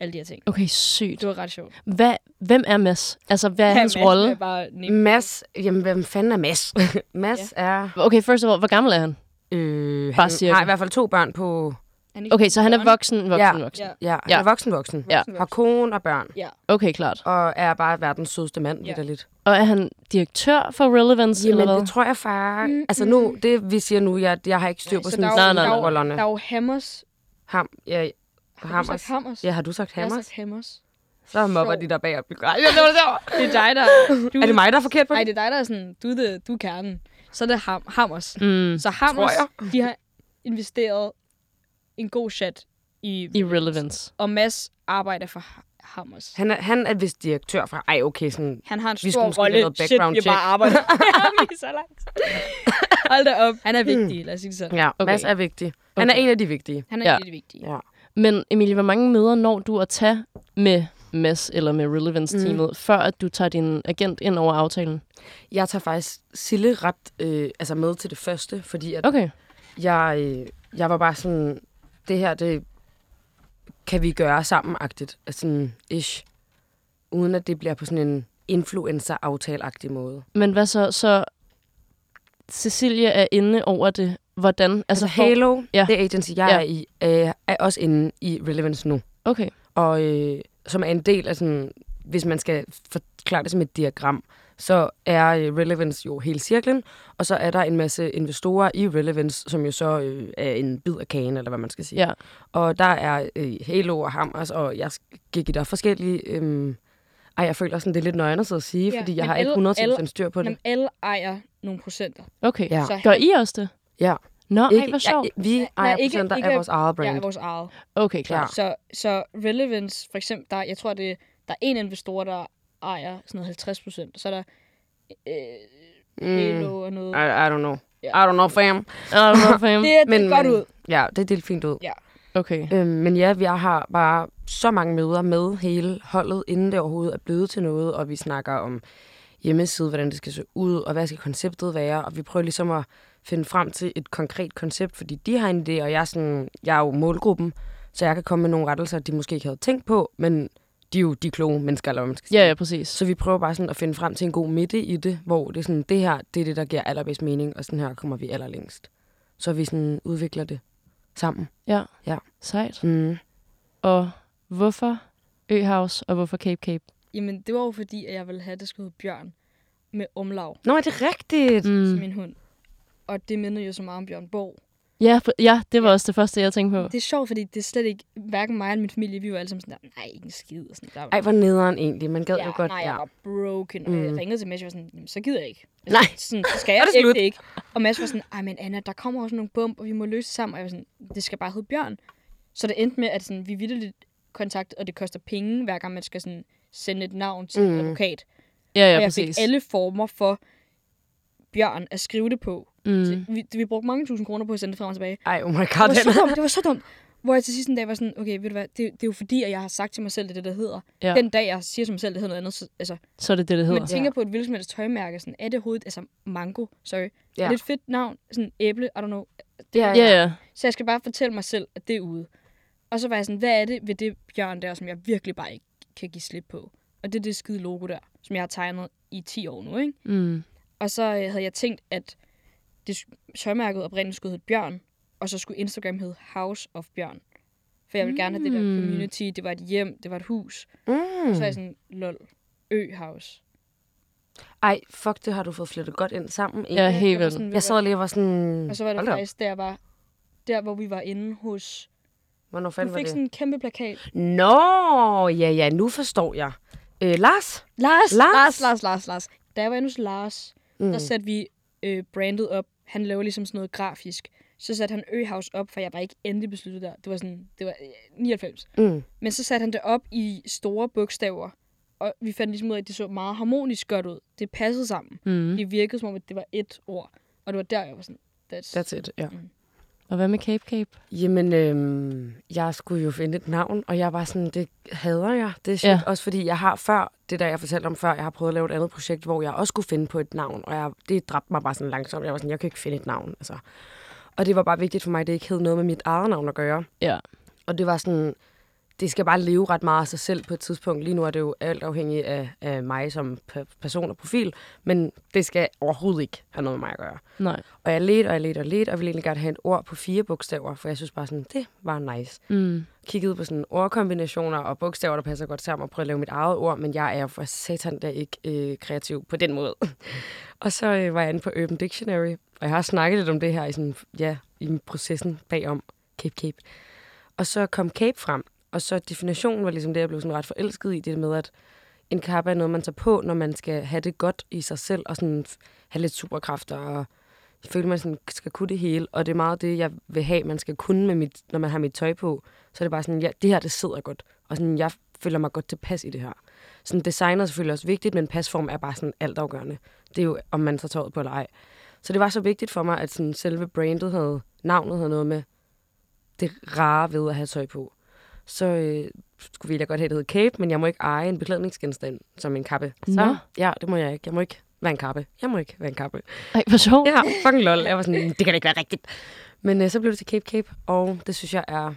Speaker 10: alle de her ting.
Speaker 2: Okay, sygt.
Speaker 10: Det var ret sjovt.
Speaker 2: Hvad, hvem er Mads? Altså, hvad er
Speaker 10: Ja,
Speaker 2: hans
Speaker 10: Mads
Speaker 2: rolle?
Speaker 10: er Bare nem.
Speaker 1: Mads, jamen hvem fanden er
Speaker 10: [laughs]
Speaker 1: Mads? [laughs] Mads ja. er...
Speaker 2: Okay, first of all, hvor gammel er han?
Speaker 1: Øh,
Speaker 2: Bare
Speaker 1: han
Speaker 2: cirka.
Speaker 1: har i hvert fald to børn på...
Speaker 10: Han er ikke
Speaker 2: Okay, så han er
Speaker 10: børn.
Speaker 2: voksen, voksen,
Speaker 1: Ja.
Speaker 2: voksen.
Speaker 10: Ja.
Speaker 1: Ja,
Speaker 2: Ja.
Speaker 1: ja. er voksen, voksen.
Speaker 2: Ja.
Speaker 1: Har kone og børn.
Speaker 2: Okay, klart.
Speaker 1: Og er bare verdens sødeste mand, ja. lidt.
Speaker 2: Og er han direktør for Relevance, eller
Speaker 1: Jamen,
Speaker 2: hvad?
Speaker 1: det tror jeg far... Mm, altså nu, det vi siger nu, jeg, jeg har ikke styr på
Speaker 10: Så
Speaker 1: sådan
Speaker 10: der er jo-
Speaker 2: Nej, nej,
Speaker 10: der er
Speaker 2: nej.
Speaker 10: jo- Der er jo Hammers.
Speaker 1: Ham, ja,
Speaker 10: Har du sagt
Speaker 1: Hammers.
Speaker 10: Hammers?
Speaker 1: Ja, har du sagt
Speaker 10: Jeg har
Speaker 1: Hammers?
Speaker 10: sagt Hammers.
Speaker 1: Så mobber
Speaker 10: sjov.
Speaker 1: de der bag og bygger. Ej, det var sjovt.
Speaker 10: Det er dig, der...
Speaker 1: [laughs]
Speaker 10: Du,
Speaker 1: Er det mig, der er forkert på
Speaker 10: Nej,
Speaker 1: det?
Speaker 10: det er dig, der er sådan... Du er, det, du er kernen. Så er det ham, Hammers.
Speaker 2: Mm,
Speaker 10: Så Hammers, de har investeret en god chat i...
Speaker 2: I Relevance.
Speaker 10: Og Mads arbejder for Ha- Hammers.
Speaker 1: Han er, han er vist direktør fra... Ej, okay, sådan...
Speaker 10: Han har en
Speaker 1: Vi
Speaker 10: stor
Speaker 1: skulle måske
Speaker 10: rolle.
Speaker 1: have noget
Speaker 10: Shit,
Speaker 1: background
Speaker 10: vi
Speaker 1: check.
Speaker 10: bare
Speaker 1: [laughs]
Speaker 10: arbejder. [laughs] ja, vi er så langt. Hold da op. Han er vigtig, lad os sige det sådan.
Speaker 1: Ja, okay.
Speaker 2: Okay.
Speaker 1: Mads er vigtig. Han er
Speaker 2: Okay.
Speaker 1: en af de vigtige.
Speaker 10: Han er
Speaker 2: Ja.
Speaker 10: ja. lidt vigtig.
Speaker 1: Ja.
Speaker 2: Men Emilie, hvor mange møder når du at tage med Mads eller med Relevance-teamet, mm. før at du tager din agent ind over aftalen?
Speaker 1: Jeg tager faktisk Sille ret øh, altså med til det første, fordi at
Speaker 2: Okay.
Speaker 1: jeg, øh, jeg var bare sådan, det her, det kan vi gøre sammen-agtigt, altså sådan ish, uden at det bliver på sådan en influencer-aftale-agtig måde.
Speaker 2: Men hvad så? Så Cecilia er inde over det. Hvordan?
Speaker 1: Altså
Speaker 2: hvor-
Speaker 1: Halo,
Speaker 2: ja.
Speaker 1: ja. det agency, jeg
Speaker 2: Ja.
Speaker 1: ja. er i, øh, er også inde i Relevance nu,
Speaker 2: Okay.
Speaker 1: og øh, som er en del af sådan hvis man skal forklare det som et diagram, så er øh, relevance jo hele cirklen, og så er der en masse investorer i relevance, som jo så øh, er en bid af kagen, eller hvad man skal sige.
Speaker 2: Ja.
Speaker 1: Og der er øh, Halo og Hammers, og jeg gik i der forskellige... Øh, ej, jeg føler sådan, det er lidt nøgen at sidde og sige,
Speaker 10: Ja,
Speaker 1: ja, fordi jeg
Speaker 10: men
Speaker 1: har ikke
Speaker 10: alle-
Speaker 1: 100%
Speaker 10: alle-
Speaker 1: styr på det.
Speaker 10: Jamen, alle ejer nogle procenter.
Speaker 2: Okay,
Speaker 1: Ja.
Speaker 10: Så-
Speaker 2: gør I også det?
Speaker 1: Ja.
Speaker 2: Nå, ej, hvor
Speaker 1: ja,
Speaker 2: sjovt.
Speaker 1: vi ejer
Speaker 10: nej,
Speaker 1: nej,
Speaker 10: ikke-
Speaker 1: ikke, procenter
Speaker 10: ikke-
Speaker 1: af vores eget
Speaker 10: Brand.
Speaker 1: brand.
Speaker 10: Ja, vores eget.
Speaker 2: Okay, klart.
Speaker 10: Så, så relevance, for eksempel, der, jeg tror, det, der er en investor, der ejer sådan noget 50 procent. Så er der
Speaker 1: mm.
Speaker 10: Halo og noget.
Speaker 1: I, I don't know. I don't know, fam.
Speaker 2: Ja. Ah, hvorfor
Speaker 1: [laughs]
Speaker 2: hjem?
Speaker 10: Det er det
Speaker 1: Men-
Speaker 10: er godt
Speaker 1: men-
Speaker 10: ud.
Speaker 1: Ja, det er delt fint ud.
Speaker 2: Okay.
Speaker 1: Øhm, men ja, vi har bare så mange møder med hele holdet, inden det overhovedet er blevet til noget, og vi snakker om hjemmeside, hvordan det skal se ud, og hvad skal konceptet være, og vi prøver ligesom at finde frem til et konkret koncept, fordi de har en idé, og jeg er, sådan, jeg er jo målgruppen, så jeg kan komme med nogle rettelser, de måske ikke havde tænkt på, men de er jo de kloge mennesker, eller hvad man skal sige.
Speaker 2: Ja, ja, præcis.
Speaker 1: Så vi prøver bare sådan at finde frem til en god midte i det, hvor det er sådan, det her, det er det, der giver allerbedst mening, og sådan her kommer vi allerlængst. Så vi sådan udvikler det sammen.
Speaker 2: Sejt.
Speaker 1: Mm.
Speaker 2: Og hvorfor Øhaus, og hvorfor Cape Cape?
Speaker 10: Jamen, det var jo fordi, at jeg ville have, at det skulle hedde Bjørn med omlav
Speaker 1: Nå, er det rigtigt?
Speaker 10: mm. som
Speaker 2: Mm.
Speaker 10: min hund. Og det mindede jo så meget om Bjørn Borg.
Speaker 2: Ja, for- ja, det var også det første, jeg tænkte på.
Speaker 10: Det er sjovt, fordi det er slet ikke, hverken mig eller min familie, vi var alle sammen sådan der, nej, ikke en skid. Og sådan der.
Speaker 1: Ej, hvor nederen egentlig. Man gad
Speaker 10: ja,
Speaker 1: jo godt.
Speaker 10: nej, jeg var broken. Mm. Og jeg
Speaker 1: Mm.
Speaker 10: ringede til Mads, og jeg var sådan, Jamen, så gider jeg ikke. Altså,
Speaker 1: Nej.
Speaker 10: Sådan, så skal jeg
Speaker 1: det
Speaker 10: ikke
Speaker 1: slut?
Speaker 10: det ikke. Og Mads var sådan, ej, men Anna, der kommer også nogle bump, og vi må løse det sammen. Og jeg var sådan, det skal bare hedde Bjørn. Så det endte med, at sådan, vi vidderligt kontakt, og det koster penge, hver gang man skal sådan, sende et navn til mm. en
Speaker 1: Mm.
Speaker 10: advokat.
Speaker 2: Ja, ja,
Speaker 10: og jeg
Speaker 2: præcis.
Speaker 10: fik alle former for Bjørn at skrive det på.
Speaker 2: Mm.
Speaker 10: Mm. Vi, vi brugte mange tusind kroner på at sende det frem og tilbage.
Speaker 1: Ej, oh my
Speaker 10: Det
Speaker 1: god.
Speaker 10: var så
Speaker 1: Den.
Speaker 10: dumt, det var så dumt. Hvor jeg til sidst en dag var sådan, okay, ved du hvad, det, det er jo fordi, at jeg har sagt til mig selv, det er det, der hedder.
Speaker 2: Ja.
Speaker 10: Ja. Den dag, jeg siger til mig selv, det hedder noget andet, så, altså,
Speaker 2: Så er det det, det
Speaker 10: man
Speaker 2: hedder.
Speaker 10: tænker på et hvilket som helst tøjmærke, sådan, er det hovedet, altså mango, sorry. Ja.
Speaker 1: Ja.
Speaker 10: Lidt fedt navn, sådan æble, I don't know.
Speaker 1: Ja,
Speaker 2: Ja, ja.
Speaker 10: Så jeg skal bare fortælle mig selv, at det er ude. Og så var jeg sådan, hvad er det ved det bjørn der, som jeg virkelig bare ikke kan give slip på? Og det er det skide logo der, som jeg har tegnet i 10 år nu, ikke?
Speaker 2: Mm.
Speaker 10: Og så øh, havde jeg tænkt, at det sk- tøjmærket oprindeligt skulle hedde Bjørn, og så skulle Instagram hedde House of Bjørn. For jeg ville gerne have det der
Speaker 2: Mm.
Speaker 10: community, det var et hjem, det var et hus. Mm. Så er jeg
Speaker 1: Mm.
Speaker 10: sådan, lol, ø-house.
Speaker 1: Ej, fuck, det har du fået flettet godt ind sammen. egentlig.
Speaker 2: Ja, helt
Speaker 10: Jeg var
Speaker 2: vildt.
Speaker 10: sådan, ved
Speaker 1: Jeg
Speaker 10: du
Speaker 1: sad lige og var sådan...
Speaker 10: hvad? Og så var det
Speaker 1: hold da op,
Speaker 10: faktisk, der jeg var der, hvor vi var inde hos...
Speaker 1: Hvornår fanden
Speaker 10: Du
Speaker 1: var
Speaker 10: fik
Speaker 1: det?
Speaker 10: sådan en kæmpe plakat.
Speaker 1: Nå, ja, ja, nu forstår jeg. Øh, Lars?
Speaker 10: Lars! Lars,
Speaker 1: Lars!
Speaker 10: Lars, Lars, Lars. Da jeg var inde hos Lars, mm. der satte vi øh, brandet op. Han laver ligesom sådan noget grafisk. Så satte han Øhaus op, for jeg var ikke endelig besluttet der. Det var sådan, det var øh, 99.
Speaker 1: Mm.
Speaker 10: Men så satte han det op i store bogstaver. Og vi fandt ligesom ud af, at det så meget harmonisk godt ud. Det passede sammen.
Speaker 2: Mm.
Speaker 10: Det virkede som om, at det var ét ord. Og det var der, jeg var sådan, that's...
Speaker 1: That's it, ja.
Speaker 2: Og hvad med Cape Cape?
Speaker 1: Jamen, øhm, jeg skulle jo finde et navn, og jeg var sådan, det hader jeg. Det er shit.
Speaker 2: Ja.
Speaker 1: Ja. Også fordi jeg har før, det der jeg fortalte om før, jeg har prøvet at lave et andet projekt, hvor jeg også skulle finde på et navn, og jeg, det dræbte mig bare sådan langsomt. Jeg var sådan, jeg kan ikke finde et navn, altså. Og det var bare vigtigt for mig, at det ikke hed noget med mit eget navn at gøre.
Speaker 2: Ja.
Speaker 1: Og det var sådan, det skal bare leve ret meget af sig selv på et tidspunkt. Lige nu er det jo alt afhængigt af, af mig som pe- person og profil, men det skal overhovedet ikke have noget med mig at gøre.
Speaker 2: Nej.
Speaker 1: Og jeg ledte, og jeg ledte, og ledte, og ville egentlig gerne have et ord på fire bogstaver, for jeg synes bare sådan, det var nice.
Speaker 2: Mm.
Speaker 1: Kiggede på sådan ordkombinationer og bogstaver, der passer godt sammen, og prøvede at lave mit eget ord, men jeg er jo for satan da ikke øh, kreativ på den måde. [laughs] og så øh, var jeg inde på Urban Dictionary, og jeg har snakket lidt om det her i, sådan, ja, i processen bagom Cape Cape. Og så kom Cape frem, og så definitionen var ligesom det, jeg blev sådan ret forelsket i, det med, at en kappe er noget, man tager på, når man skal have det godt i sig selv, og sådan f- have lidt superkræfter, og jeg føler, man sådan skal kunne det hele, og det er meget det, jeg vil have, man skal kunne, med mit, når man har mit tøj på. Så er det bare sådan, ja, det her, det sidder godt, og sådan, jeg føler mig godt tilpas i det her. Sådan, design er selvfølgelig også vigtigt, men pasform er bare sådan altafgørende. Det er jo, om man tager tøjet på eller ej. Så det var så vigtigt for mig, at sådan, selve brandet havde, navnet havde noget med det rare ved at have tøj på. Så øh, skulle vi da godt have, det hed cape, men jeg må ikke eje en beklædningsgenstand som en kappe. Så,
Speaker 2: Nå.
Speaker 1: ja, det må jeg ikke. Jeg må ikke være en kappe. Jeg må ikke være en kappe.
Speaker 2: Ej, hvor sjovt.
Speaker 1: Ja, fucking lol. Jeg var sådan, "Mm, det kan da ikke være rigtigt. Men øh, så blev det til Cape Cape, og det synes jeg er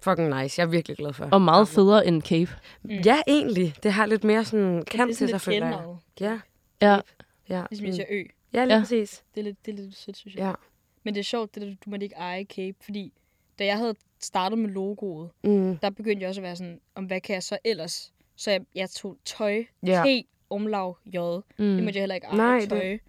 Speaker 1: fucking nice. Jeg er virkelig glad for.
Speaker 2: Og meget federe end Cape.
Speaker 1: Ja, egentlig. Det har lidt mere sådan
Speaker 10: Mm. det
Speaker 1: kant
Speaker 10: er
Speaker 1: til
Speaker 10: sådan
Speaker 1: sig,
Speaker 10: lidt
Speaker 1: føler jeg.
Speaker 10: kælenavn.
Speaker 1: Ja.
Speaker 2: Ja.
Speaker 1: Ja,
Speaker 10: Ligesom jeg
Speaker 1: mm.
Speaker 10: siger ø.
Speaker 1: ja lige
Speaker 2: Ja.
Speaker 1: ja. præcis.
Speaker 10: Det er lidt, det er lidt sødt, synes jeg.
Speaker 1: Ja.
Speaker 10: Men det er sjovt, det der, du måtte ikke eje cape, fordi da jeg havde startet med logoet,
Speaker 1: Mm.
Speaker 10: der begyndte jeg også at være sådan, om hvad kan jeg så ellers Så jeg, jeg tog tøj,
Speaker 1: Ja.
Speaker 10: T, omlav, J. Mm. Det måtte jeg heller ikke
Speaker 1: Nej,
Speaker 10: eje
Speaker 1: det-
Speaker 10: tøj. Det...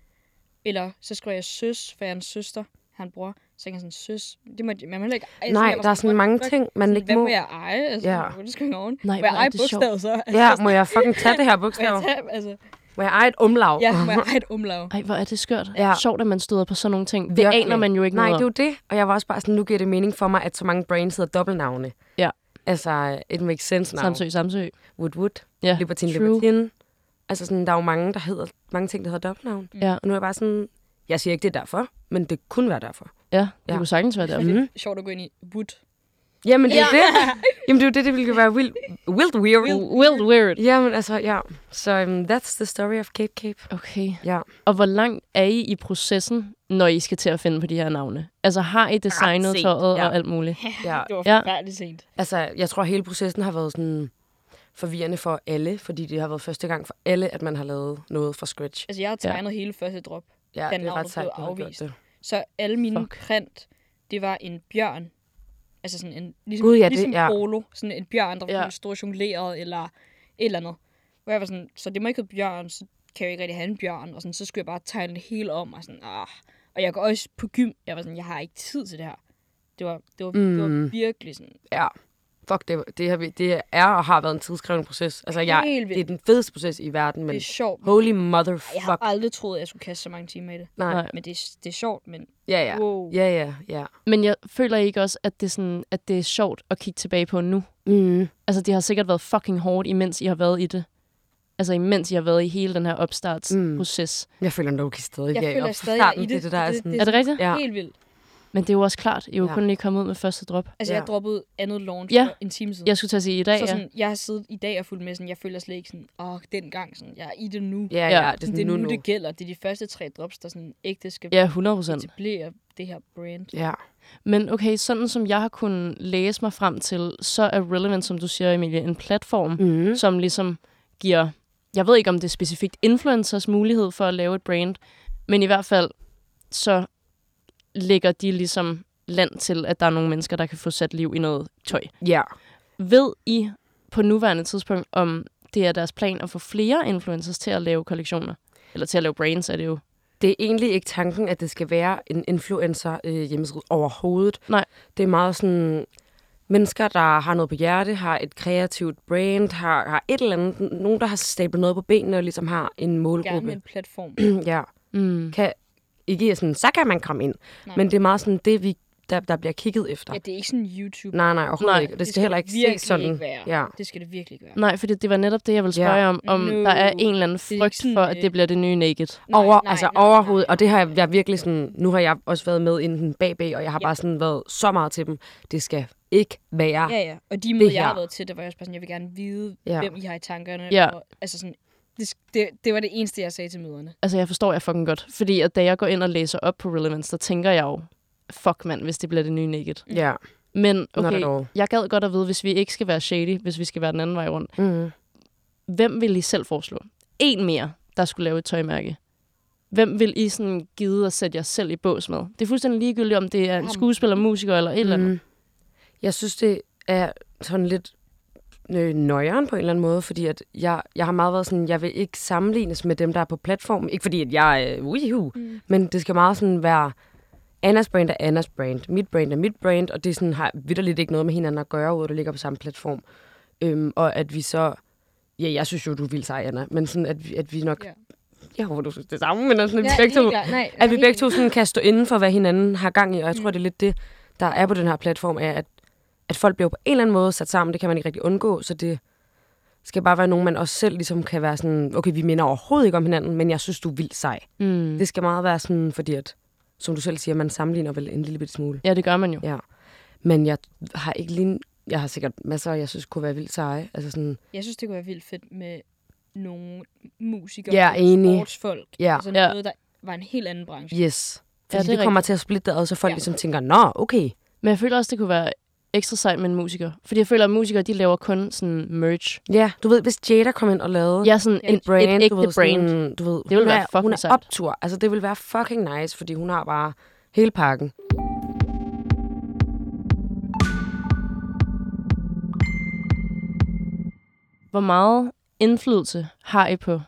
Speaker 10: Eller så skrev jeg søs, for jeg er en søster, han bror. Så tænkte jeg sådan, søs, det må man må heller ikke eje.
Speaker 1: Nej, der er sådan mange ting, man ikke
Speaker 10: må. Hvad må
Speaker 1: må.
Speaker 10: jeg eje? Altså,
Speaker 1: Ja.
Speaker 10: ja. Hvor det skal jeg oven?
Speaker 2: Nej,
Speaker 10: må jeg
Speaker 2: hvor er
Speaker 10: eje
Speaker 2: det sjovt.
Speaker 10: bogstavet så?
Speaker 1: Ja, må jeg fucking tage det her
Speaker 10: [laughs] Må jeg
Speaker 1: bogstav?
Speaker 10: tage, altså,
Speaker 1: Må jeg eje et umlav?
Speaker 10: ja, må jeg eje et omlag?
Speaker 2: Ej, hvor er det skørt.
Speaker 1: Ja.
Speaker 2: Ja. Sjovt, at man støder på sådan nogle ting. [laughs] Det
Speaker 1: Virkelig.
Speaker 2: aner man jo ikke
Speaker 1: Nej,
Speaker 2: noget
Speaker 1: det er
Speaker 2: om.
Speaker 1: jo det. Og jeg var også bare sådan, nu giver det mening for mig, at så mange brands hedder dobbeltnavne.
Speaker 2: Ja.
Speaker 1: Altså, it makes sense now.
Speaker 2: Samsø, Samsø.
Speaker 1: Wood Wood.
Speaker 2: Ja,
Speaker 1: Libertine
Speaker 2: true.
Speaker 1: Libertine. Altså, sådan, der er jo mange, der hedder, mange ting, der hedder dobbeltnavn.
Speaker 2: Ja.
Speaker 1: Og nu er jeg bare sådan, jeg siger ikke, det er derfor, men det kunne være derfor.
Speaker 2: Ja, Mhm. det
Speaker 1: Ja.
Speaker 2: kunne sagtens være der.
Speaker 10: Det er sjovt at gå ind i wood.
Speaker 1: Jamen, det er ja. det. [laughs] Jamen, det er jo det, det ville jo være wild, wild weird. Wild.
Speaker 2: Wild weird.
Speaker 1: Jamen, altså, ja. Så um, that's the story of Cape Cape.
Speaker 2: Okay.
Speaker 1: Ja.
Speaker 2: Og hvor langt er I i processen, når I skal til at finde på de her navne? Altså har I designet
Speaker 1: sent,
Speaker 2: tøjet
Speaker 1: ja.
Speaker 2: og alt muligt?
Speaker 1: ja.
Speaker 10: Det var
Speaker 2: Ja.
Speaker 10: forfærdeligt sent.
Speaker 1: Altså, jeg tror, hele processen har været sådan forvirrende for alle, fordi det har været første gang for alle, at man har lavet noget fra scratch.
Speaker 10: Altså, jeg har tegnet ja. hele første drop.
Speaker 1: Ja,
Speaker 10: Den
Speaker 1: det er
Speaker 10: navn
Speaker 1: ret
Speaker 10: blev
Speaker 1: sejt, at du har gjort
Speaker 10: afvist.
Speaker 1: det.
Speaker 10: Så alle mine
Speaker 2: Fuck.
Speaker 10: Fuck. print, det var en bjørn. Altså sådan en, ligesom,
Speaker 1: Gud, ja, det-
Speaker 10: ligesom
Speaker 1: ja.
Speaker 10: polo. Sådan en bjørn, der var
Speaker 2: Ja.
Speaker 10: ja. en stor jongleret eller et eller andet. Hvor jeg var sådan, så det må ikke hedde bjørn, så kan jeg jo ikke rigtig have en bjørn. Og sådan, så skulle jeg bare tegne det hele om. Og, sådan, ah. og jeg går også på gym. Jeg var sådan, jeg har ikke tid til det her. Det var, det var, mm. det var virkelig sådan,
Speaker 1: Ja. Fuck, det, det, har vi, det er og har været en tidskrævende proces. Altså, jeg,
Speaker 10: Helt
Speaker 1: det
Speaker 10: vildt.
Speaker 1: er den fedeste proces i verden,
Speaker 10: det
Speaker 1: men
Speaker 10: er sjovt.
Speaker 1: holy
Speaker 10: Jeg har
Speaker 1: motherfuck.
Speaker 10: aldrig troet, at jeg skulle kaste så mange timer i det.
Speaker 1: Nej.
Speaker 2: Nej.
Speaker 10: Men det, er- det er sjovt, men
Speaker 1: Ja, ja.
Speaker 10: Wow.
Speaker 1: Ja, ja, ja.
Speaker 2: Men jeg føler ikke også, at det, er sådan, at det er sjovt at kigge tilbage på nu.
Speaker 1: Mm.
Speaker 2: Altså det har sikkert været fucking hårdt, imens I har været i det. Altså imens I har været i hele den her
Speaker 1: Mm.
Speaker 2: opstartsproces.
Speaker 1: Jeg føler Loki stadig.
Speaker 10: jeg
Speaker 1: ja,
Speaker 10: føler
Speaker 1: op
Speaker 10: jeg
Speaker 1: fra
Speaker 10: stadig, jeg
Speaker 1: starten
Speaker 10: er i det.
Speaker 1: til Det, der er sådan,
Speaker 2: Er det rigtigt?
Speaker 1: Ja.
Speaker 10: Ja. Helt vildt.
Speaker 2: Men det er jo også klart, I er jo
Speaker 1: Ja. Mm.
Speaker 2: ja. kun lige kommet ud med første drop.
Speaker 10: Altså,
Speaker 1: Ja.
Speaker 10: ja. jeg droppede andet launch
Speaker 2: Ja.
Speaker 10: ja. for en time siden.
Speaker 2: Jeg skulle til at sige i dag,
Speaker 10: så
Speaker 2: ja.
Speaker 10: sådan, jeg har siddet i dag og fulgt med, sådan, jeg føler slet ikke sådan, åh, dengang, sådan, jeg er i det nu.
Speaker 1: Ja, ja,
Speaker 2: Ja.
Speaker 1: ja, det er
Speaker 10: sådan,
Speaker 1: sådan nu, nu.
Speaker 10: det gælder. Det er de første tre drops, der sådan ægte skal
Speaker 2: ja, 100 procent.
Speaker 10: etablere det her brand.
Speaker 1: Ja.
Speaker 2: Men okay, sådan som jeg har kunnet læse mig frem til, så er Relevant, som du siger, Emilie, en platform, mm. som ligesom giver, jeg ved ikke om det er specifikt influencers mulighed for at lave et brand, men i hvert fald så lægger de ligesom land til, at der er nogle mennesker, der kan få sat liv i noget tøj.
Speaker 1: Ja.
Speaker 2: Ved I på nuværende tidspunkt, om det er deres plan at få flere influencers til at lave kollektioner? Eller til at lave brands, er det jo.
Speaker 1: Det er egentlig ikke tanken, at det skal være en influencer øh, hjemmeside overhovedet.
Speaker 2: Nej.
Speaker 1: Det er meget sådan mennesker, der har noget på hjerte, har et kreativt brand, har, har et eller andet. Nogen, der har stablet noget på benene og ligesom har en
Speaker 10: Gerne med
Speaker 1: målgruppe.
Speaker 10: en
Speaker 1: [clears throat]
Speaker 10: platform.
Speaker 1: ja. Mm. Kan, ikke sådan, så kan man komme ind. Nej. Men det er meget sådan det, vi, der, der bliver kigget efter.
Speaker 10: ja, det er ikke sådan YouTube.
Speaker 1: Nej, nej, overhovedet
Speaker 2: Nej,
Speaker 1: ikke. Og Det, det skal, heller ikke
Speaker 10: virkelig
Speaker 1: ses sådan.
Speaker 10: Ikke være.
Speaker 1: Ja. Mm.
Speaker 10: Det skal det virkelig ikke være.
Speaker 2: Nej, for det, det var netop det, jeg ville spørge ja. om, om
Speaker 10: No.
Speaker 2: der er en eller anden
Speaker 10: er ikke
Speaker 2: frygt
Speaker 10: sådan,
Speaker 2: for, at
Speaker 10: øh,
Speaker 2: det bliver det nye naked.
Speaker 1: Over,
Speaker 10: nej,
Speaker 1: altså
Speaker 10: nej, nej.
Speaker 1: overhovedet, og det har jeg, jeg virkelig sådan, nu har jeg også været med inden bag bag, og jeg har ja.
Speaker 10: Ja.
Speaker 1: bare sådan været så meget til dem. Det skal ikke være.
Speaker 10: Ja, ja. Og de møder, jeg
Speaker 1: her.
Speaker 10: har været til, der var jeg også bare sådan, jeg vil gerne vide,
Speaker 1: Ja.
Speaker 10: ja. hvem I har i tankerne.
Speaker 2: Ja.
Speaker 10: Og, altså sådan, det, det, det, var det eneste, jeg sagde til møderne.
Speaker 2: Altså, jeg forstår jeg fucking godt. Fordi at da jeg går ind og læser op på Relevance, der tænker jeg jo, fuck mand, hvis det bliver det nye naked.
Speaker 1: Ja.
Speaker 2: Men
Speaker 1: Not at
Speaker 2: okay,
Speaker 1: all.
Speaker 2: jeg gad godt at vide, hvis vi ikke skal være shady, hvis vi skal være den anden vej rundt.
Speaker 1: Mm.
Speaker 2: Hvem vil I selv foreslå? En mere, der skulle lave et tøjmærke. Hvem vil I sådan gide at sætte jer selv i bås med? Det er fuldstændig ligegyldigt, om det er en skuespiller, musiker eller et eller
Speaker 1: Mm.
Speaker 2: andet.
Speaker 1: Jeg synes, det er sådan lidt øh, nøjeren på en eller anden måde, fordi at jeg, jeg har meget været sådan, jeg vil ikke sammenlignes med dem, der er på platformen. Ikke fordi, at jeg er øh, uihu, mm. men det skal meget sådan være, Annas brand er Annas brand, mit brand er mit brand, og det sådan har vidderligt ikke noget med hinanden at gøre, ud at det ligger på samme platform. Øhm, og at vi så, ja, jeg synes jo, du er vildt sej, Anna, men sådan, at vi, at vi nok,
Speaker 10: Ja.
Speaker 1: ja, jo, du synes det samme, men sådan, at vi
Speaker 10: Ja,
Speaker 1: begge
Speaker 10: helt
Speaker 1: to,
Speaker 10: klart. Mm. Nej,
Speaker 1: at vi
Speaker 10: helt
Speaker 1: begge to sådan kan stå inden for, hvad hinanden har gang i. Og jeg tror, det er lidt det, der er på den her platform, er, at, at folk bliver på en eller anden måde sat sammen. Det kan man ikke rigtig undgå, så det skal bare være nogen, man også selv ligesom kan være sådan, okay, vi minder overhovedet ikke om hinanden, men jeg synes, du er vildt sej. Mm. Det skal meget være sådan, fordi at, som du selv siger, man sammenligner vel en lille bitte smule.
Speaker 2: Ja, det gør man jo.
Speaker 1: Ja. Men jeg har ikke lige... Jeg har sikkert masser, jeg synes kunne være vildt seje. Altså sådan,
Speaker 10: Jeg synes, det kunne være vildt fedt med nogle musikere,
Speaker 1: Ja,
Speaker 10: nogle
Speaker 1: enig.
Speaker 10: sportsfolk.
Speaker 1: Ja.
Speaker 10: Altså
Speaker 2: Ja.
Speaker 10: noget, der var en helt anden branche.
Speaker 1: yes. Fordi ja,
Speaker 2: det er
Speaker 1: det, det kommer til at splitte dig ad, så folk ja.
Speaker 10: Ja.
Speaker 1: ligesom tænker, nå, okay.
Speaker 2: Men jeg føler også, det kunne være ekstra sejt med en musiker. Fordi jeg føler, at musikere, de laver kun sådan merch.
Speaker 1: Ja, du ved, hvis Jada kom ind og lavede
Speaker 2: Ja, sådan
Speaker 1: en
Speaker 2: en,
Speaker 1: brand,
Speaker 2: et
Speaker 1: du
Speaker 2: ægte
Speaker 1: ved,
Speaker 2: brand.
Speaker 1: Sådan, du ved,
Speaker 2: Det ville
Speaker 1: hun
Speaker 2: være
Speaker 1: er,
Speaker 2: fucking
Speaker 1: hun er
Speaker 2: sejt.
Speaker 1: optur. Altså, det vil være fucking nice, fordi hun har bare hele pakken.
Speaker 2: Hvor meget indflydelse har I på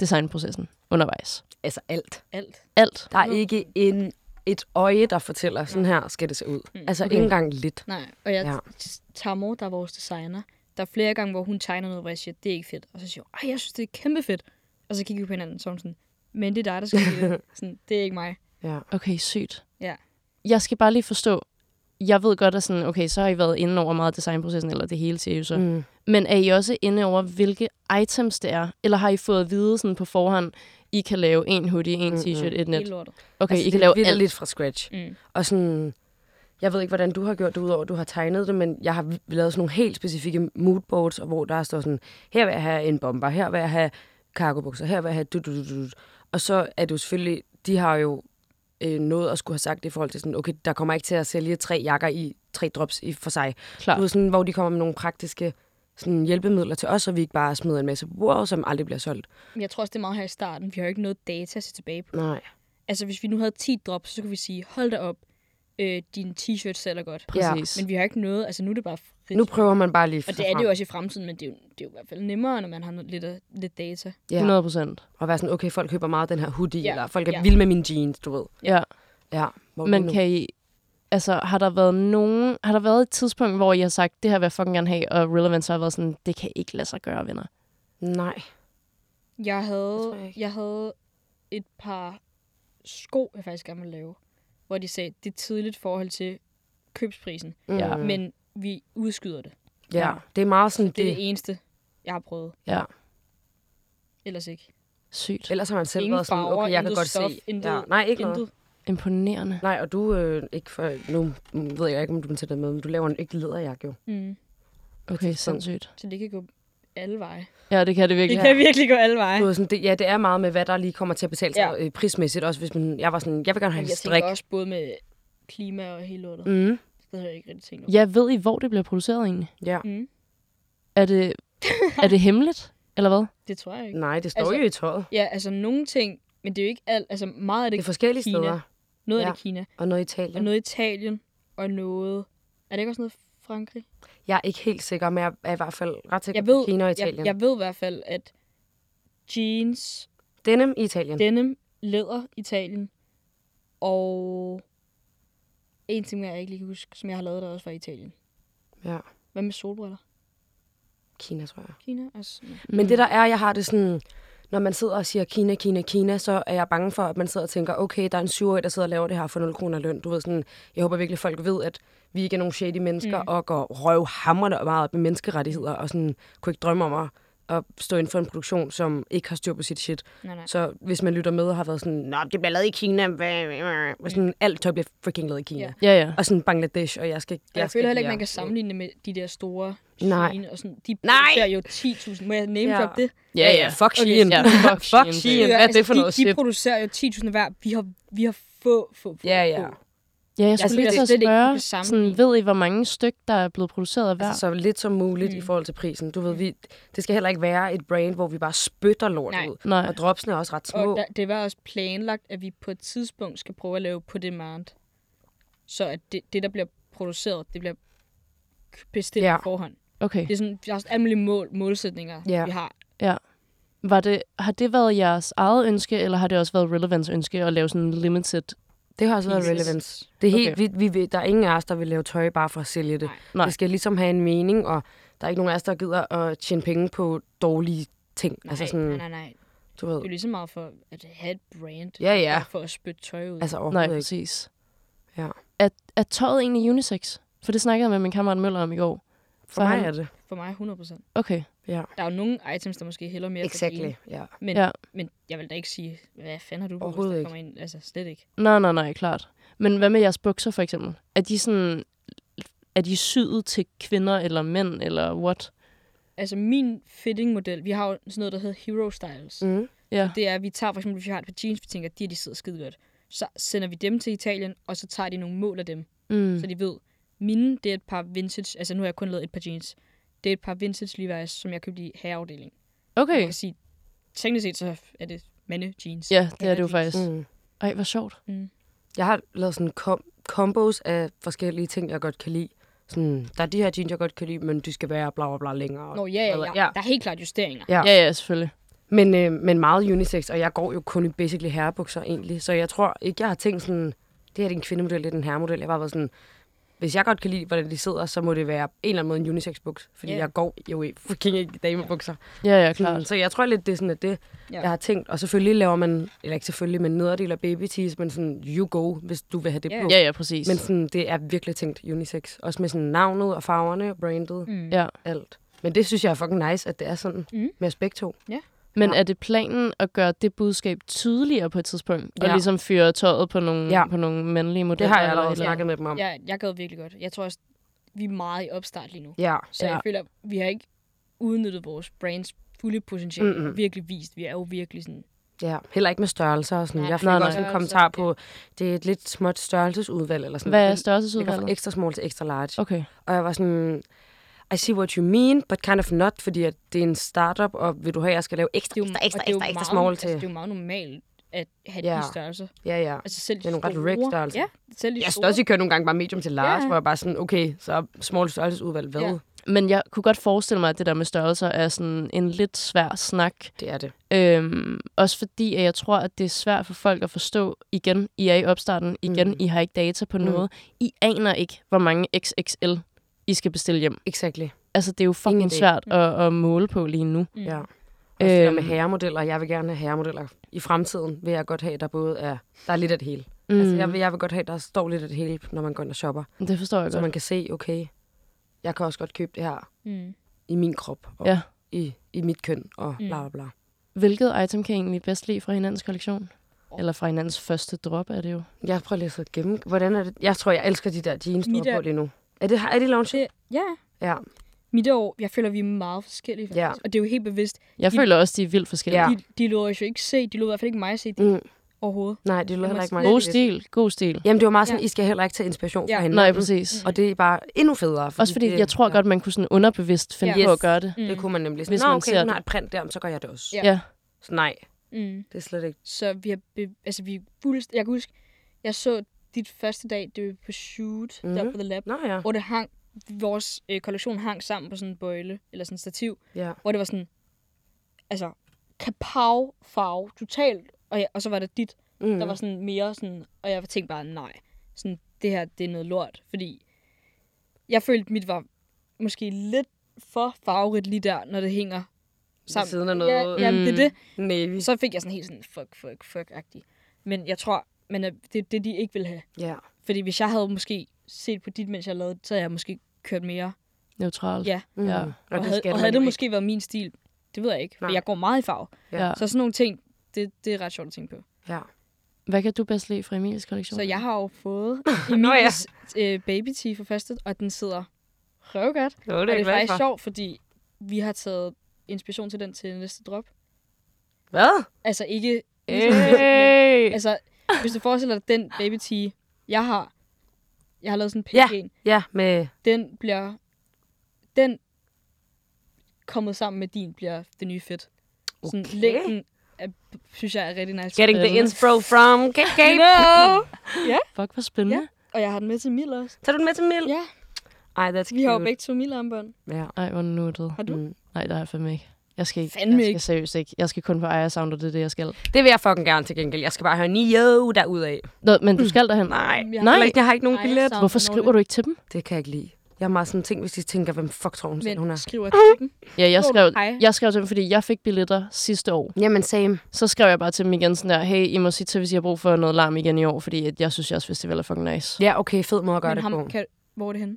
Speaker 2: designprocessen undervejs?
Speaker 1: Altså alt.
Speaker 10: Alt.
Speaker 2: Alt.
Speaker 1: Der er ikke en, et øje, der fortæller, sådan her skal det se ud. Altså
Speaker 2: Mm. Okay.
Speaker 1: ikke engang lidt.
Speaker 10: Nej, og jeg
Speaker 1: Ja.
Speaker 10: ja. Tammo, der er vores designer, der er flere gange, hvor hun tegner noget, hvor jeg siger, det er ikke fedt. Og så siger hun, "Ej, jeg synes, det er kæmpe fedt. Og så kigger vi på hinanden som sådan, men det er dig, der skal
Speaker 1: [laughs]
Speaker 10: sige det. sådan, det er ikke mig.
Speaker 1: Ja.
Speaker 2: Okay, sygt.
Speaker 10: Ja.
Speaker 2: Jeg skal bare lige forstå, jeg ved godt, at sådan, okay, så har I været inde over meget designprocessen, eller det hele siger I jo så. Mm.
Speaker 1: Mm.
Speaker 2: Men er I også inde over, hvilke items det er? Eller har I fået at vide sådan på forhånd, I kan lave en hoodie, en
Speaker 1: Mm-mm.
Speaker 2: t-shirt, et
Speaker 10: Helt
Speaker 2: net?
Speaker 10: lortet.
Speaker 2: Okay,
Speaker 1: Altså,
Speaker 2: I kan
Speaker 1: det er
Speaker 2: lave
Speaker 1: virkelig
Speaker 2: alt.
Speaker 1: lidt fra scratch.
Speaker 10: Mm.
Speaker 1: Og sådan, jeg ved ikke, hvordan du har gjort det, udover at du har tegnet det, men jeg har vi- lavet sådan nogle helt specifikke moodboards, og hvor der står sådan, her vil jeg have en bomber, her vil jeg have cargobukser, her vil jeg have du, du, du, du. Og så er det jo selvfølgelig, de har jo øh, noget at skulle have sagt i forhold til sådan, okay, der kommer ikke til at sælge tre jakker i tre drops i for sig.
Speaker 2: Klart.
Speaker 1: Du ved, sådan, hvor de kommer med nogle praktiske sådan, hjælpemidler til os, så vi ikke bare smider en masse på bordet, som aldrig bliver solgt.
Speaker 10: Men jeg tror også, det er meget her i starten. Vi har jo ikke noget data at se tilbage på.
Speaker 1: Nej.
Speaker 10: Altså, hvis vi nu havde 10 drops, så kunne vi sige, hold da op, øh, din t-shirt sælger godt.
Speaker 2: Præcis.
Speaker 10: Men vi har ikke noget, altså nu er det bare frit.
Speaker 1: Nu prøver man bare lige
Speaker 10: og det er det jo også i fremtiden, men det er jo, det er jo i hvert fald nemmere, når man har noget, lidt, lidt data.
Speaker 1: Ja.
Speaker 2: 100 procent.
Speaker 1: Og være sådan, okay, folk køber meget den her hoodie, ja.
Speaker 10: Ja,
Speaker 1: eller folk er ja.
Speaker 10: ja.
Speaker 1: vilde med mine jeans, du ved.
Speaker 2: Ja.
Speaker 1: Ja, hvor
Speaker 2: Men
Speaker 1: nu?
Speaker 2: kan I... Altså, har der været nogen... Har der været et tidspunkt, hvor I har sagt, det her vil jeg fucking gerne have, og Relevance har været sådan, det kan ikke lade sig gøre, venner?
Speaker 1: Nej.
Speaker 10: Jeg havde,
Speaker 1: tror jeg
Speaker 10: jeg,
Speaker 1: ikke.
Speaker 10: jeg havde et par sko, jeg faktisk gerne ville lave, hvor de sagde, det er tidligt i forhold til købsprisen,
Speaker 1: Mm.
Speaker 2: Ja.
Speaker 10: mm. men vi udskyder det.
Speaker 1: Ja, det er meget sådan,
Speaker 10: Det er det,
Speaker 1: det,
Speaker 10: det eneste, jeg har prøvet.
Speaker 2: Ja.
Speaker 10: Ellers ikke.
Speaker 2: Sygt.
Speaker 1: ellers har man selv
Speaker 10: Ingen
Speaker 1: været sådan,
Speaker 10: farver,
Speaker 1: okay, jeg kan
Speaker 10: intet
Speaker 1: godt
Speaker 10: stof,
Speaker 1: se.
Speaker 10: intet-
Speaker 1: ja. Nej, ikke noget.
Speaker 10: Intet.
Speaker 2: Imponerende.
Speaker 1: Nej, og du, øh, ikke for, nu mm, ved jeg ikke, om du vil tage det med, men du laver en ikke lederjakke jo.
Speaker 10: Mm.
Speaker 2: Okay, sindssygt.
Speaker 10: Så det kan gå alle veje.
Speaker 2: Ja, det kan det
Speaker 10: Det
Speaker 2: virkelig.
Speaker 10: kan virkelig gå alle veje.
Speaker 1: Du ved, sådan, det, ja, det er meget med, hvad der lige kommer til at betale sig
Speaker 10: Ja.
Speaker 1: ja. prismæssigt, også hvis man, jeg var sådan, jeg vil gerne have
Speaker 10: Men
Speaker 1: en
Speaker 10: jeg
Speaker 1: strik.
Speaker 10: tænker også både med klima og hele lortet. Mm.
Speaker 1: Mm.
Speaker 10: Det har jeg ikke rigtig tænkt over.
Speaker 2: Ja, ved I, hvor det bliver produceret egentlig?
Speaker 1: Ja.
Speaker 10: Mm.
Speaker 2: Er det, er det hemmeligt, eller hvad?
Speaker 10: Det tror jeg ikke.
Speaker 1: Nej, det står
Speaker 10: Altså-
Speaker 1: altså, jo i tøjet.
Speaker 10: Ja, altså nogle ting, men det er jo ikke alt. Altså meget af det,
Speaker 1: Det er forskellige
Speaker 10: Kina.
Speaker 1: Kina. steder,
Speaker 10: noget ja.
Speaker 1: ja.
Speaker 10: af det Kina,
Speaker 1: og noget i
Speaker 10: og
Speaker 1: Italien.
Speaker 10: noget Italien, og noget... Er det ikke også noget Frankrig?
Speaker 1: Jeg er ikke helt sikker, men jeg er i hvert fald ret sikker
Speaker 10: Jeg ved,
Speaker 1: på Kina og Italien.
Speaker 10: jeg, jeg ved i hvert fald, at jeans,
Speaker 1: Denim i Italien.
Speaker 10: denim, læder, Italien, og en ting, jeg ikke lige kan huske, som jeg har lavet, der også var Italien.
Speaker 1: Ja.
Speaker 10: Hvad med solbriller?
Speaker 1: Kina, tror jeg.
Speaker 10: Kina? Altså, ja.
Speaker 1: Men det der er, jeg har det sådan, når man sidder og siger Kina, Kina, Kina, så er jeg bange for, at man sidder og tænker, okay, der er en syvårig, der sidder og laver det her for 0 kroner løn. Du ved sådan, jeg håber virkelig, folk ved, at vi ikke er nogen shady mennesker, mm. og går røvhamrende meget op med menneskerettigheder, og sådan kunne ikke drømme om at, at stå inden for en produktion, som ikke har styr på sit shit.
Speaker 10: Nej, nej.
Speaker 1: Så hvis man lytter med og har været sådan, nå, det bliver lavet i Kina, hvad- hvad- hvad?" og sådan, alt tøj bliver freaking lavet i Kina.
Speaker 10: Ja.
Speaker 1: Ja.
Speaker 2: Ja, ja.
Speaker 1: Og sådan Bangladesh, og jeg skal...
Speaker 10: Jeg, jeg
Speaker 1: skal
Speaker 10: føler heller ikke,
Speaker 1: lære-
Speaker 10: man kan sammenligne det med de der store
Speaker 1: Nej.
Speaker 10: Shein og sådan. De
Speaker 1: Nej!
Speaker 10: producerer jo 10.000. Må jeg name
Speaker 1: Ja.
Speaker 10: drop det?
Speaker 1: Ja, ja, fuck Shein. [laughs]
Speaker 2: Ja, fuck Shein.
Speaker 1: Fuck
Speaker 2: baby.
Speaker 1: Shein.
Speaker 2: Hvad er det for
Speaker 10: altså, de,
Speaker 2: noget
Speaker 10: de
Speaker 2: shit?
Speaker 10: producerer jo 10.000 hver. Vi har, vi har få, få, få.
Speaker 1: Ja, ja.
Speaker 10: få.
Speaker 2: Ja, jeg skulle
Speaker 10: Altså,
Speaker 2: lige
Speaker 10: det
Speaker 2: til
Speaker 10: er
Speaker 2: at
Speaker 10: slet ikke
Speaker 2: spørge,
Speaker 10: det samme.
Speaker 2: sådan, ved I, hvor mange styk, der er blevet produceret af hver?
Speaker 1: Altså, så lidt som muligt mm. i forhold til prisen. Du ved, vi, det skal heller ikke være et brand, hvor vi bare spytter lort
Speaker 10: Nej.
Speaker 1: ud.
Speaker 2: Nej.
Speaker 1: Og dropsene er også ret små.
Speaker 10: Og der, det var også planlagt, at vi på et tidspunkt skal prøve at lave på demand. Så at det, det der bliver produceret, det bliver k- bestilt
Speaker 1: Ja.
Speaker 10: ja. på forhånd.
Speaker 2: Okay.
Speaker 10: Det er sådan, vi har også alle mulige mål, målsætninger,
Speaker 1: Ja.
Speaker 10: vi har.
Speaker 2: Var det, har det været jeres eget ønske, eller har det også været Relevance ønske at lave sådan en limited?
Speaker 1: det har også været
Speaker 10: Jesus.
Speaker 1: relevance. Det er helt, vi, vi, vil- der er ingen af os, der vil lave tøj bare for at sælge det.
Speaker 2: Nej.
Speaker 1: Det skal ligesom have en mening, og der er ikke nogen af os, der gider at tjene penge på dårlige ting. Nej, altså sådan,
Speaker 10: nej, nej, nej.
Speaker 1: du
Speaker 10: Det er jo
Speaker 1: ved.
Speaker 10: lige så meget for at have et brand.
Speaker 1: Ja, ja.
Speaker 10: For at spytte tøj ud.
Speaker 1: Altså
Speaker 2: Nej,
Speaker 1: overhovedet ikke.
Speaker 2: præcis.
Speaker 1: Ja.
Speaker 2: Er, er tøjet egentlig unisex? For det snakkede jeg med min kammerat Møller om i går.
Speaker 1: For mig
Speaker 2: han-
Speaker 1: er det.
Speaker 10: For mig 100%.
Speaker 2: Okay.
Speaker 10: Der er jo nogle items, der måske hælder mere for det
Speaker 1: Exactly,
Speaker 10: ene,
Speaker 1: ja.
Speaker 10: men,
Speaker 2: Ja.
Speaker 10: ja. men jeg vil da ikke sige, hvad fanden har du på, hvis
Speaker 1: Overhovedet
Speaker 10: der
Speaker 1: ikke.
Speaker 10: kommer ind? Altså slet ikke.
Speaker 2: Nej, nej, nej, klart. Men hvad med jeres bukser, for eksempel? Er de sådan... Er de syet til kvinder eller mænd, eller what?
Speaker 10: Altså min fitting-model, vi har jo sådan noget, der hedder Hero Styles.
Speaker 1: Mm.
Speaker 2: Ja.
Speaker 10: det er, at vi tager for eksempel, hvis vi har et par jeans, vi tænker, at de, her, de sidder skide godt. Så sender vi dem til Italien, og så tager de nogle mål af dem, mm.
Speaker 2: Mm.
Speaker 10: så de ved, mine, det er et par vintage, altså nu har jeg kun lavet et par jeans, det er et par vintage Levi's, som jeg købte i herreafdelingen. Jeg
Speaker 2: Okay.
Speaker 10: kan sige, teknisk set, så er det mande jeans.
Speaker 2: Ja, det er det jo
Speaker 10: Kvinder jeans.
Speaker 2: faktisk.
Speaker 1: Mm.
Speaker 2: Ej, hvor sjovt.
Speaker 1: Jeg har lavet sådan kom- combos af forskellige ting, jeg godt kan lide. sådan, der er de her jeans, jeg godt kan lide, men de skal være bla bla bla længere.
Speaker 10: Nå, ja, ja,
Speaker 1: Eller-
Speaker 10: ja. Der er helt klart justeringer.
Speaker 1: Ja.
Speaker 2: Ja, ja, selvfølgelig.
Speaker 1: Men, øh, men meget unisex, og jeg går jo kun i basically herrebukser egentlig, så jeg tror ikke, jeg har tænkt sådan, det her det er en kvindemodel, det er en herremodel. Jeg har bare været sådan, hvis jeg godt kan lide, hvordan de sidder, så må det være en eller anden måde en unisex buks, fordi
Speaker 10: Ja.
Speaker 1: yeah. jeg går jo i fucking ikke i damebukser.
Speaker 2: Ja, ja,
Speaker 1: Sådan,
Speaker 2: klart.
Speaker 1: så jeg tror lidt, det er sådan, at det,
Speaker 10: Ja.
Speaker 1: ja. jeg har tænkt. Og selvfølgelig laver man, eller ikke selvfølgelig, men nederdel og baby tees, men sådan, you go, hvis du vil have det
Speaker 10: Ja.
Speaker 1: på.
Speaker 2: Ja, ja, præcis.
Speaker 1: Men sådan, det er virkelig tænkt unisex. Også med sådan navnet og farverne, brandet, mm.
Speaker 2: Ja.
Speaker 1: alt. Men det synes jeg er fucking nice, at det er sådan mm. med os begge to.
Speaker 2: Men er det planen at gøre det budskab tydeligere på et tidspunkt? Ja. Og
Speaker 1: Ja.
Speaker 2: ligesom fyre tøjet på nogle, ja.
Speaker 1: Ja.
Speaker 2: på nogle mandlige modeller?
Speaker 1: Det har jeg
Speaker 2: eller
Speaker 1: allerede
Speaker 2: et eller
Speaker 1: snakket med dem om. Ja.
Speaker 10: Ja, jeg gad virkelig godt. Jeg tror også, vi er meget i opstart lige nu.
Speaker 1: ja.
Speaker 10: Så ja. jeg føler, vi har ikke udnyttet vores brands fulde potentiale. Mm-hmm. Virkelig vist. Vi er jo virkelig sådan...
Speaker 1: Ja, heller ikke med størrelser og sådan.
Speaker 10: Nej,
Speaker 1: jeg fik
Speaker 2: nej,
Speaker 1: også
Speaker 2: nej.
Speaker 1: en kommentar på, det er et lidt småt størrelsesudvalg eller sådan
Speaker 2: Hvad er
Speaker 1: Det går fra
Speaker 2: størrelsesudvalget?
Speaker 1: ekstra small til ekstra large.
Speaker 2: Okay.
Speaker 1: Og jeg var sådan, I see what you mean, but kind of not, fordi at det er en startup, og vil du have, at jeg skal lave ekstra,
Speaker 10: Det er jo,
Speaker 1: ekstra,
Speaker 10: og
Speaker 1: Altså, ekstra,
Speaker 10: det er jo
Speaker 1: ekstra, ekstra small
Speaker 10: meget,
Speaker 1: til?
Speaker 10: Altså, det er jo meget normalt at have ja.
Speaker 1: Ja.
Speaker 10: de størrelser.
Speaker 1: ja, ja.
Speaker 10: Altså selv de
Speaker 1: Det er nogle ret
Speaker 10: store-
Speaker 1: rigged størrelser.
Speaker 10: Ja, selv de
Speaker 1: Jeg synes
Speaker 10: store.
Speaker 1: også, I kører nogle gange bare medium til large,
Speaker 10: Ja.
Speaker 1: ja. hvor jeg bare sådan, okay, så er small størrelsesudvalg, hvad?
Speaker 10: Ja.
Speaker 1: Ja.
Speaker 2: Men jeg kunne godt forestille mig, at det der med størrelser er sådan en lidt svær snak.
Speaker 1: Det er det.
Speaker 2: Øhm, også fordi, at jeg tror, at det er svært for folk at forstå. Igen, I er i opstarten. Igen, mm. I har ikke data på mm. noget. I aner ikke, hvor mange XXL I skal bestille hjem.
Speaker 1: Exactly.
Speaker 2: Altså, det er jo fucking
Speaker 1: Ingen idé.
Speaker 2: svært at, at måle på lige nu.
Speaker 1: Mm. Ja. Også
Speaker 2: Øhm.
Speaker 1: det der med herremodeller. Jeg vil gerne have herremodeller. I fremtiden vil jeg godt have, der både er, der er lidt af det hele. Mm. Altså, jeg vil, jeg vil godt have, der står lidt af det hele, når man går ind og shopper.
Speaker 2: Det forstår jeg
Speaker 1: Mm. Så
Speaker 2: godt.
Speaker 1: man kan se, okay, jeg kan også godt købe det her
Speaker 10: Mm.
Speaker 1: i min krop, og
Speaker 2: Ja.
Speaker 1: ja. i, i mit køn, og bla bla bla.
Speaker 2: Hvilket item kan I egentlig bedst lide fra hinandens kollektion? Eller fra hinandens første drop, er det jo.
Speaker 1: Jeg prøver lige så at gemme. Hvordan er det? Jeg tror, jeg elsker de der jeans, du
Speaker 10: Mit
Speaker 1: har
Speaker 10: er-
Speaker 1: på lige nu. Er det, er det lounge?
Speaker 10: Det, ja,
Speaker 1: Ja.
Speaker 10: mit år, jeg føler, vi er meget forskellige faktisk.
Speaker 1: Ja.
Speaker 10: Og det er jo helt bevidst.
Speaker 2: Jeg
Speaker 10: I-
Speaker 2: føler også, de er vildt forskellige.
Speaker 1: Ja.
Speaker 10: De, de lod os jo ikke se, de lod i hvert fald ikke mig se det
Speaker 1: Mm.
Speaker 10: overhovedet.
Speaker 1: Nej, det lå
Speaker 10: Jeg
Speaker 1: heller
Speaker 10: må
Speaker 1: ikke
Speaker 10: slet-
Speaker 1: mig.
Speaker 2: God stil, god stil.
Speaker 1: Jamen, det var meget sådan,
Speaker 10: Ja.
Speaker 1: ja. I skal heller ikke tage inspiration
Speaker 10: Ja.
Speaker 1: fra hende.
Speaker 2: Nej, præcis.
Speaker 1: Og det er bare endnu federe.
Speaker 2: Også fordi,
Speaker 1: det,
Speaker 2: jeg tror godt, man kunne sådan underbevidst finde
Speaker 10: Ja.
Speaker 2: på at gøre det.
Speaker 1: Det kunne man nemlig.
Speaker 2: Hvis
Speaker 1: Hvis Nå,
Speaker 2: man ser
Speaker 1: okay, hun
Speaker 2: det.
Speaker 1: har et print der, så gør jeg det også.
Speaker 10: Mm. Ja.
Speaker 2: Ja.
Speaker 1: Så nej,
Speaker 10: Mm.
Speaker 1: det er slet ikke.
Speaker 10: Så vi har, be, altså vi er fuldst, jeg kan huske, jeg så dit første dag, det var på shoot, mm. der
Speaker 1: Mhm.
Speaker 10: på The Lab,
Speaker 1: Nå ja.
Speaker 10: hvor det hang, vores øh, kollektion hang sammen på sådan en bøjle, eller sådan en stativ,
Speaker 1: ja.
Speaker 10: hvor det var sådan, altså, kapav farve, totalt, og, ja, og så var det dit, mm. der var sådan mere sådan, og jeg tænkte bare, nej, sådan, det her, det er noget lort, fordi jeg følte, mit var måske lidt for farverigt lige der, når det hænger sammen.
Speaker 1: siden af
Speaker 10: Ja,
Speaker 1: noget- Mm.
Speaker 10: jamen, det er det.
Speaker 1: Navy.
Speaker 10: Så fik jeg sådan helt sådan, fuck, fuck, fuck-agtig. Men jeg tror, men øh, det er det, de ikke vil have.
Speaker 1: Ja.
Speaker 10: Fordi hvis jeg havde måske set på dit, mens jeg lavede det, så havde jeg måske kørt mere.
Speaker 2: Neutralt.
Speaker 10: Ja.
Speaker 1: Mm.
Speaker 2: Ja.
Speaker 1: Og,
Speaker 10: Og,
Speaker 1: det
Speaker 10: havde,
Speaker 1: skal
Speaker 10: og
Speaker 1: man
Speaker 10: havde
Speaker 1: jo
Speaker 10: det
Speaker 1: ikke.
Speaker 10: måske været min stil, det ved jeg ikke. For
Speaker 1: Nej.
Speaker 10: jeg går meget i farve.
Speaker 2: ja.
Speaker 10: Så sådan nogle ting, det, det er ret sjovt at tænke på.
Speaker 1: Ja.
Speaker 2: Hvad kan du bedst lide fra Emilies kollektion?
Speaker 10: Så jeg har jo
Speaker 1: [laughs]
Speaker 10: fået
Speaker 1: Nå ja.
Speaker 10: Emilies øh, baby tea for første, og den sidder røvgodt.
Speaker 1: Nå, det
Speaker 10: Og
Speaker 1: er,
Speaker 10: det er
Speaker 1: jeg glad
Speaker 10: faktisk
Speaker 1: for.
Speaker 10: sjovt, fordi vi har taget inspiration til den til næste drop.
Speaker 1: Hvad?
Speaker 10: Altså ikke...
Speaker 2: Hey!
Speaker 10: Altså, hvis du forestiller dig den baby tea, jeg har... Jeg har lavet sådan en pæk
Speaker 1: Ja.
Speaker 10: en.
Speaker 1: Ja, med...
Speaker 10: Den bliver... Den kommet sammen med din bliver det nye fedt. Sådan
Speaker 1: Okay.
Speaker 10: længden er, synes jeg er rigtig nice.
Speaker 1: Getting the inspo from KK.
Speaker 10: No!
Speaker 2: Fuck, hvor spændende.
Speaker 10: Ja. Og jeg har den med til Mil også.
Speaker 1: Tager du den med til Mil?
Speaker 10: Ja,
Speaker 1: Ej, that's cute.
Speaker 10: vi har jo begge to Mil-armbånd.
Speaker 1: Ja.
Speaker 2: Ej, hvor nuttet.
Speaker 10: Har du?
Speaker 1: Mm.
Speaker 2: Nej, det har jeg fandme ikke. Jeg skal ikke.
Speaker 10: Fandme
Speaker 2: jeg skal
Speaker 10: ikke.
Speaker 2: seriøst ikke. Jeg skal kun på Aya Sound, og det er det, jeg skal.
Speaker 1: Det vil jeg fucking gerne til gengæld. Jeg skal bare høre Nio derudad.
Speaker 2: Nå, men du skal derhen.
Speaker 1: Nej.
Speaker 10: Jeg har
Speaker 2: Nej.
Speaker 1: Nej. Jeg har ikke nogen
Speaker 10: Ej,
Speaker 1: billet.
Speaker 10: så-
Speaker 2: Hvorfor
Speaker 10: Mm. Nå,
Speaker 2: skriver
Speaker 10: det-
Speaker 2: du ikke til dem?
Speaker 1: Det kan jeg ikke lide. Jeg er meget sådan ting, hvis de tænker, hvem fuck tror hun, selv, hun
Speaker 10: Men
Speaker 1: er.
Speaker 10: skriver til dem.
Speaker 2: Ja, jeg
Speaker 10: Skriver
Speaker 2: skrev,
Speaker 10: du hej?
Speaker 2: jeg skrev til dem, fordi jeg fik billetter sidste år.
Speaker 1: Jamen, same.
Speaker 2: Så skrev jeg bare til dem igen sådan der, hey, I må sige til, hvis I har brug for noget larm igen i år, fordi at jeg synes, jeres festival er fucking nice.
Speaker 1: Ja, okay, fed måde at gøre
Speaker 10: Men
Speaker 1: det
Speaker 10: ham
Speaker 1: på.
Speaker 10: kan, hvor er det henne?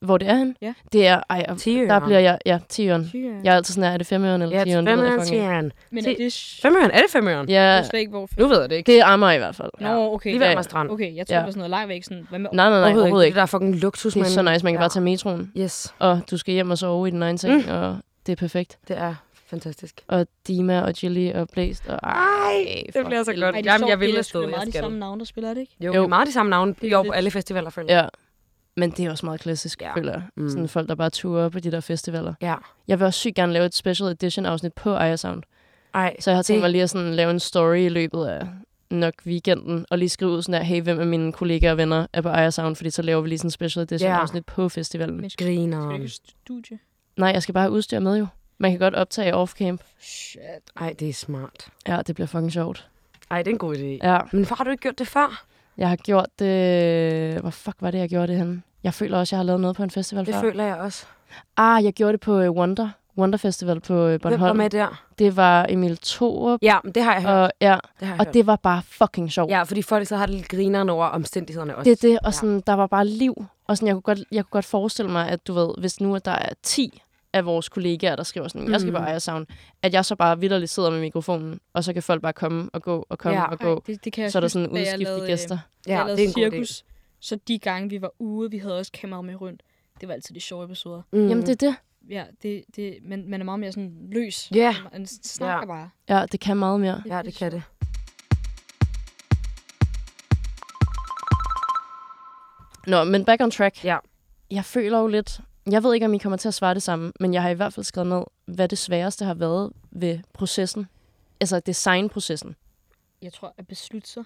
Speaker 2: Hvor det er han?
Speaker 10: Ja.
Speaker 2: Det er, ej, og
Speaker 1: Tiøren.
Speaker 2: der bliver jeg, ja, tiøren.
Speaker 10: Tyren.
Speaker 2: Jeg er altid sådan her, er det femøren eller
Speaker 1: Ja,
Speaker 2: tiøren? Det ved jeg
Speaker 1: femøren,
Speaker 2: fucking ikke.
Speaker 1: siger han.
Speaker 10: Men er
Speaker 1: Se-
Speaker 10: det sjovt?
Speaker 1: Femøren, er det femøren?
Speaker 10: Jeg
Speaker 2: Ja,
Speaker 10: ved slet ikke, hvor...
Speaker 1: Nu ved jeg det ikke.
Speaker 2: det er Amager i hvert fald.
Speaker 10: Nå, okay.
Speaker 1: Lige
Speaker 2: Ja,
Speaker 1: ved
Speaker 2: ja.
Speaker 1: Amager Strand.
Speaker 10: Okay, jeg tror,
Speaker 2: Ja.
Speaker 10: det var sådan noget langt væk. Sådan, hvad med...
Speaker 2: Nej, nej, nej, overhovedet ikke.
Speaker 1: Det der er fucking luksus,
Speaker 2: Det er
Speaker 1: mand.
Speaker 2: så nice, man kan
Speaker 1: Ja. Mm.
Speaker 2: bare tage metroen,
Speaker 1: Yes,
Speaker 2: og du skal hjem og sove i den egen seng, og det er perfekt.
Speaker 1: det er fantastisk.
Speaker 2: Og Dima og Jilly og Blæst og... Ah! Ej, det
Speaker 1: bliver så
Speaker 10: Ej, det er
Speaker 1: Jamen, jeg
Speaker 10: sjovt,
Speaker 1: vil
Speaker 10: det er
Speaker 1: afsted.
Speaker 10: sgu da
Speaker 1: Jeg
Speaker 10: meget de
Speaker 1: skal.
Speaker 10: samme navne, der spiller, er det ikke?
Speaker 1: Jo,
Speaker 2: Jo.
Speaker 1: det er meget de samme navne i år på
Speaker 10: lidt-
Speaker 1: alle festivaler, føler jeg.
Speaker 2: Ja, men det er også meget klassisk, ja.
Speaker 1: Ja.
Speaker 2: føler jeg. Mm.
Speaker 1: Mm.
Speaker 2: Sådan folk, der bare turer på de der festivaler.
Speaker 1: Ja.
Speaker 2: Jeg vil også sygt gerne lave et special edition afsnit på Aya Sound.
Speaker 1: Ej,
Speaker 2: Så jeg har tænkt
Speaker 1: Det-
Speaker 2: mig lige at sådan lave en story i løbet af nok weekenden, og lige skrive ud sådan der, hey, hvem af mine kollegaer og venner er på Ejersound, fordi så laver vi lige sådan en special edition
Speaker 1: Ja.
Speaker 2: yeah. afsnit på festivalen.
Speaker 10: Men
Speaker 1: Griner.
Speaker 10: Skal du ikke i studie?
Speaker 2: Nej, jeg skal bare have udstyr med jo. Man kan godt optage off-camp.
Speaker 10: Shit.
Speaker 1: Ej, det er smart.
Speaker 2: Ja, det bliver fucking sjovt.
Speaker 1: Ej, det er en god idé.
Speaker 2: Ja,
Speaker 1: Men hvorfor har du ikke gjort det før?
Speaker 2: jeg har gjort det... Hvor fuck var det, jeg gjorde det henne? Jeg føler også, jeg har lavet noget på en festival
Speaker 1: Det
Speaker 2: før.
Speaker 1: føler jeg også.
Speaker 2: Ah, jeg gjorde det på øh, Wonder. Wonder Festival på øh,
Speaker 1: Hvem var
Speaker 2: Bornholm.
Speaker 1: med der?
Speaker 2: Det var Emil Thorup.
Speaker 1: Ja, men det har jeg hørt.
Speaker 2: Og, ja,
Speaker 1: det har jeg
Speaker 2: og
Speaker 1: hørt.
Speaker 2: det var bare fucking sjovt.
Speaker 1: Ja, fordi folk så har det lidt grineren over omstændighederne også.
Speaker 2: Det er det,
Speaker 1: Ja.
Speaker 2: og sådan, der var bare liv. Og sådan, jeg, kunne godt, jeg kunne godt forestille mig, at du ved, hvis nu at der er 10 af vores kollegaer, der skriver sådan, jeg skal
Speaker 1: Mhm.
Speaker 2: på Ejersound, at jeg så bare vidderligt sidder med mikrofonen, og så kan folk bare komme og gå og komme
Speaker 1: Ja.
Speaker 2: ja, og gå.
Speaker 10: Det, det kan jeg
Speaker 2: Så er der
Speaker 10: huske,
Speaker 2: sådan
Speaker 10: da jeg lavede,
Speaker 2: udskiftet
Speaker 10: øh,
Speaker 2: gæster.
Speaker 10: Ja,
Speaker 1: ja,
Speaker 10: jeg
Speaker 1: det
Speaker 10: lavede
Speaker 1: er en god idé.
Speaker 10: cirkus, så de gange, vi var ude, vi havde også kameraet med rundt. Det var altid de sjove episoder.
Speaker 1: Mm.
Speaker 2: Jamen, det er det.
Speaker 10: Ja, det, det, man, man er meget mere sådan løs.
Speaker 1: Ja.
Speaker 10: Man s- snakker
Speaker 1: Ja.
Speaker 10: bare.
Speaker 2: Ja, det kan meget mere.
Speaker 1: ja, det kan det.
Speaker 2: Nå, men back on track.
Speaker 1: Ja.
Speaker 2: Jeg føler jo lidt... Jeg ved ikke, om I kommer til at svare det samme, men jeg har i hvert fald skrevet ned, hvad det sværeste har været ved processen. Altså designprocessen.
Speaker 10: Jeg tror, at beslutte sig.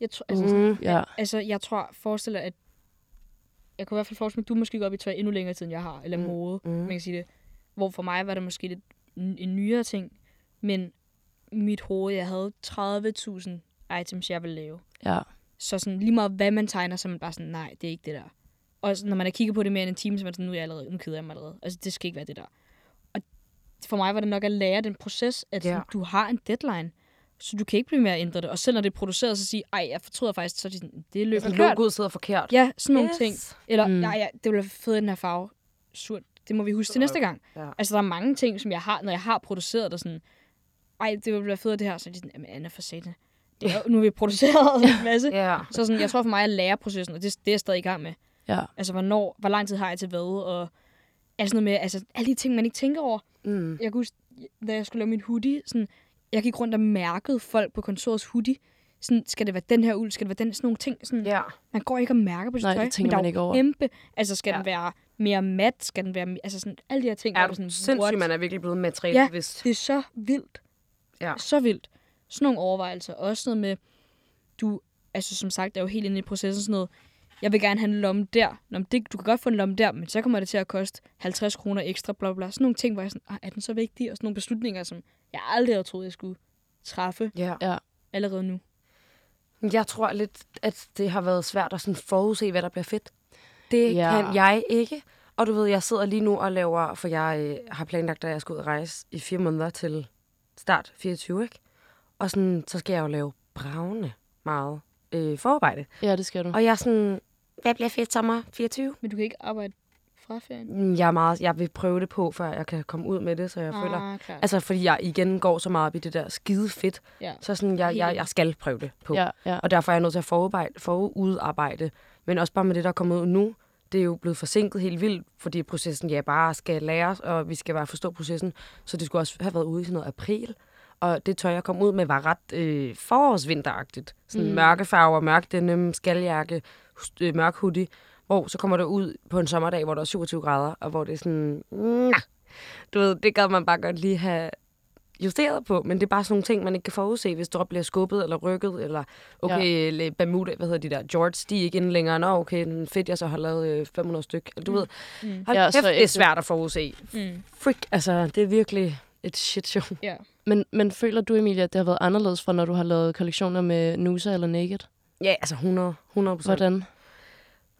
Speaker 10: Jeg tror, altså, mm.
Speaker 2: Ja.
Speaker 10: altså, jeg tror, forestil dig, at jeg kunne i hvert fald forestille mig, at du måske går op i tøj endnu længere tid, end jeg har, eller mode, mm. man kan sige det. Hvor for mig var det måske lidt n- en nyere ting, men mit hoved, jeg havde 30.000 items, jeg ville lave.
Speaker 2: ja.
Speaker 10: Så sådan, lige meget hvad man tegner, så er man bare sådan, nej, det er ikke det der. Og sådan, når man har kigget på det mere end en time, så er man sådan, nu, er jeg allerede, nu keder jeg mig allerede. Altså, det skal ikke være det der. Og for mig var det nok at lære den proces, at
Speaker 1: Ja.
Speaker 10: sådan, du har en deadline, så du kan ikke blive med at ændre det. Og selv når det er produceret, så sige, ej, jeg fortryder faktisk, så er de sådan, det løb forkert.
Speaker 1: Logoet sidder forkert.
Speaker 10: Ja, sådan nogle
Speaker 1: Yes.
Speaker 10: ting. Eller,
Speaker 2: Mm.
Speaker 10: mm. nej, ja, det bliver fedt, den her farve. Surt. Det må vi huske til næste gang.
Speaker 1: Ja.
Speaker 10: Altså, der er mange ting, som jeg har, når jeg har produceret, og sådan, ej, det ville være fedt det her. Så er de sådan, jamen, Anna, for satan. Det er, jo- nu har vi [laughs] produceret en masse.
Speaker 1: Ja.
Speaker 10: Så sådan, jeg tror for mig at læreprocessen, og det, det er jeg stadig i gang med.
Speaker 2: Ja.
Speaker 10: Altså, hvornår, hvor lang tid har jeg til hvad, og altså noget med, altså alle de ting, man ikke tænker over.
Speaker 1: Mm.
Speaker 10: Jeg kunne huske, da jeg skulle lave min hoodie, sådan, jeg gik rundt og mærkede folk på kontorets hoodie. Sådan, skal det være den her uld? Skal det være den? Sådan nogle ting. Sådan,
Speaker 1: ja.
Speaker 10: Man går ikke og mærker på sit
Speaker 2: Nej,
Speaker 10: tøj.
Speaker 2: det tænker
Speaker 10: men der
Speaker 2: man
Speaker 10: er jo
Speaker 2: ikke over.
Speaker 10: Kæmpe. Altså, skal
Speaker 1: Ja.
Speaker 10: ja. den være mere mat? Skal den være... me- Altså, sådan, alle de her ting. hvor
Speaker 1: Er
Speaker 10: du
Speaker 1: du
Speaker 10: sådan,
Speaker 1: sindssyg,
Speaker 10: what?
Speaker 1: man er virkelig blevet
Speaker 10: Ja,
Speaker 1: materialbevidst.
Speaker 10: det er så vildt.
Speaker 1: Ja.
Speaker 10: Så vildt. Sådan nogle overvejelser. Også noget med, du, altså som sagt, er jo helt inde i processen sådan noget, jeg vil gerne have en lomme der. Nå, men det, du kan godt få en lomme der, men så kommer det til at koste 50 kroner ekstra, bla bla, bla. Sådan nogle ting, hvor jeg er sådan, "Ah, er den så vigtig? Og sådan nogle beslutninger, som jeg aldrig havde troet, jeg skulle træffe
Speaker 1: Ja.
Speaker 10: allerede nu.
Speaker 1: Jeg tror lidt, at det har været svært at sådan forudse, hvad der bliver fedt. Det
Speaker 2: Ja.
Speaker 1: ja. kan jeg ikke. Og du ved, jeg sidder lige nu og laver, for jeg øh, har planlagt, at jeg skal ud og rejse i fire måneder til start 24, ikke? Og sådan, så skal jeg jo lave bravende meget øh, forarbejde.
Speaker 2: Ja, det
Speaker 10: Mm.
Speaker 2: skal du.
Speaker 1: Og jeg er sådan, hvad bliver fedt sommer 24?
Speaker 10: Men du kan ikke arbejde fra ferien.
Speaker 1: Mm, Jeg, er meget, jeg vil prøve det på, før jeg kan komme ud med det, så jeg føler...
Speaker 10: Ah, klart.
Speaker 1: Altså, fordi jeg igen går så meget op i det der skide fedt,
Speaker 10: ja.
Speaker 1: så sådan, jeg, jeg, jeg skal prøve det på.
Speaker 2: Ja, ja.
Speaker 1: Og derfor er jeg nødt til at forarbejde, forudarbejde. Men også bare med det, der er kommet ud nu, det er jo blevet forsinket helt vildt, fordi processen ja bare skal læres, og vi skal bare forstå processen. Så det skulle også have været ude i sådan noget april. Og det tøj, jeg kom ud med, var ret øh, forårsvinteragtigt. Sådan mm. mørke farver, mørk denim, skaljakke, hus- øh, mørk hoodie. Hvor så kommer det ud på en sommerdag, hvor der er 27 grader, og hvor det er sådan... Nah. Du ved, det gad man bare godt lige have justeret på, men det er bare sådan nogle ting, man ikke kan forudse, hvis drop bliver skubbet eller rykket, eller okay, ja. Bermuda, hvad hedder de der, George, de er ikke inde længere, nå okay, den er fedt, jeg så har lavet øh, 500 styk, du ved, hold
Speaker 2: Mm. Ja,
Speaker 1: ja,
Speaker 2: så
Speaker 1: kæft, det er
Speaker 2: ægte.
Speaker 1: svært at forudse.
Speaker 10: Mm.
Speaker 1: Freak, altså, det er virkelig et shit show.
Speaker 10: ja.
Speaker 2: Men, men føler du, Emilia, at det har været anderledes fra, når du har lavet kollektioner med Nusa eller Naked?
Speaker 1: Ja, altså 100, 100 procent.
Speaker 2: Hvordan?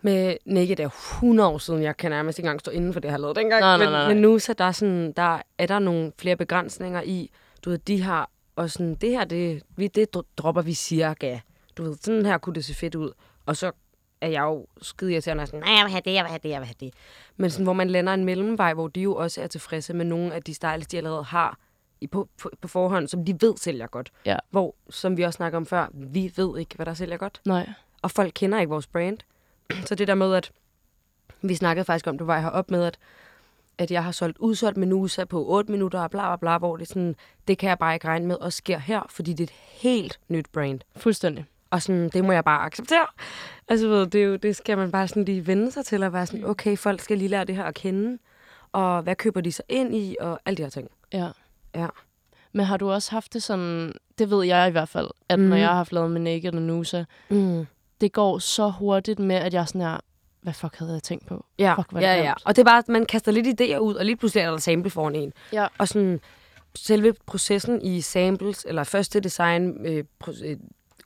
Speaker 1: Med Nikke, det er 100 år siden, jeg kan nærmest ikke engang stå inden for det, jeg har lavet dengang.
Speaker 2: Nej, nej,
Speaker 1: men,
Speaker 2: nej, nej.
Speaker 1: men nu så der er, sådan, der er der nogle flere begrænsninger i, du ved, de har, og sådan, det her, det, vi, det dro- dropper vi cirka. Du ved, sådan her kunne det se fedt ud. Og så er jeg jo skide irriterende, og sådan, nej, jeg vil have det, jeg vil have det, jeg vil have det. Men sådan, hvor man lander en mellemvej, hvor de jo også er tilfredse med nogle af de styles, de allerede har i, på, på, på forhånd, som de ved sælger godt.
Speaker 2: Ja.
Speaker 1: Hvor, som vi også snakker om før, vi ved ikke, hvad der sælger godt
Speaker 2: Nej.
Speaker 1: og folk kender ikke vores brand. [clears throat] Så det der med, at vi snakkede faktisk om, det var jeg herop med, at, at jeg har solgt udsolgt Menusa på 8 minutter og bla bla bla, hvor det sådan, det kan jeg bare ikke regne med og sker her, fordi det er et helt nyt brand.
Speaker 2: Fuldstændig.
Speaker 1: Og sådan, det må jeg bare acceptere. Altså, ved, du, det, er jo, det skal man bare sådan lige vende sig til, og være
Speaker 2: Mm.
Speaker 1: sådan, okay, folk skal lige lære det her at kende, og hvad køber de sig ind i, og alle de her ting.
Speaker 2: Ja.
Speaker 1: Ja.
Speaker 2: Men har du også haft det sådan, det ved jeg i hvert fald, at mm. når
Speaker 1: Mhm.
Speaker 2: jeg har haft lavet med Naked og Nusa,
Speaker 1: Mm.
Speaker 2: det går så hurtigt med, at jeg er sådan her, hvad fuck havde jeg tænkt på?
Speaker 1: Ja,
Speaker 2: Fuck, hvor er det
Speaker 1: ja, ja.
Speaker 2: grimt.
Speaker 1: Og det er bare, at man kaster lidt idéer ud, og lige pludselig er der sample foran en.
Speaker 2: Ja.
Speaker 1: Og sådan, selve processen i samples, eller første design, øh, pro- øh,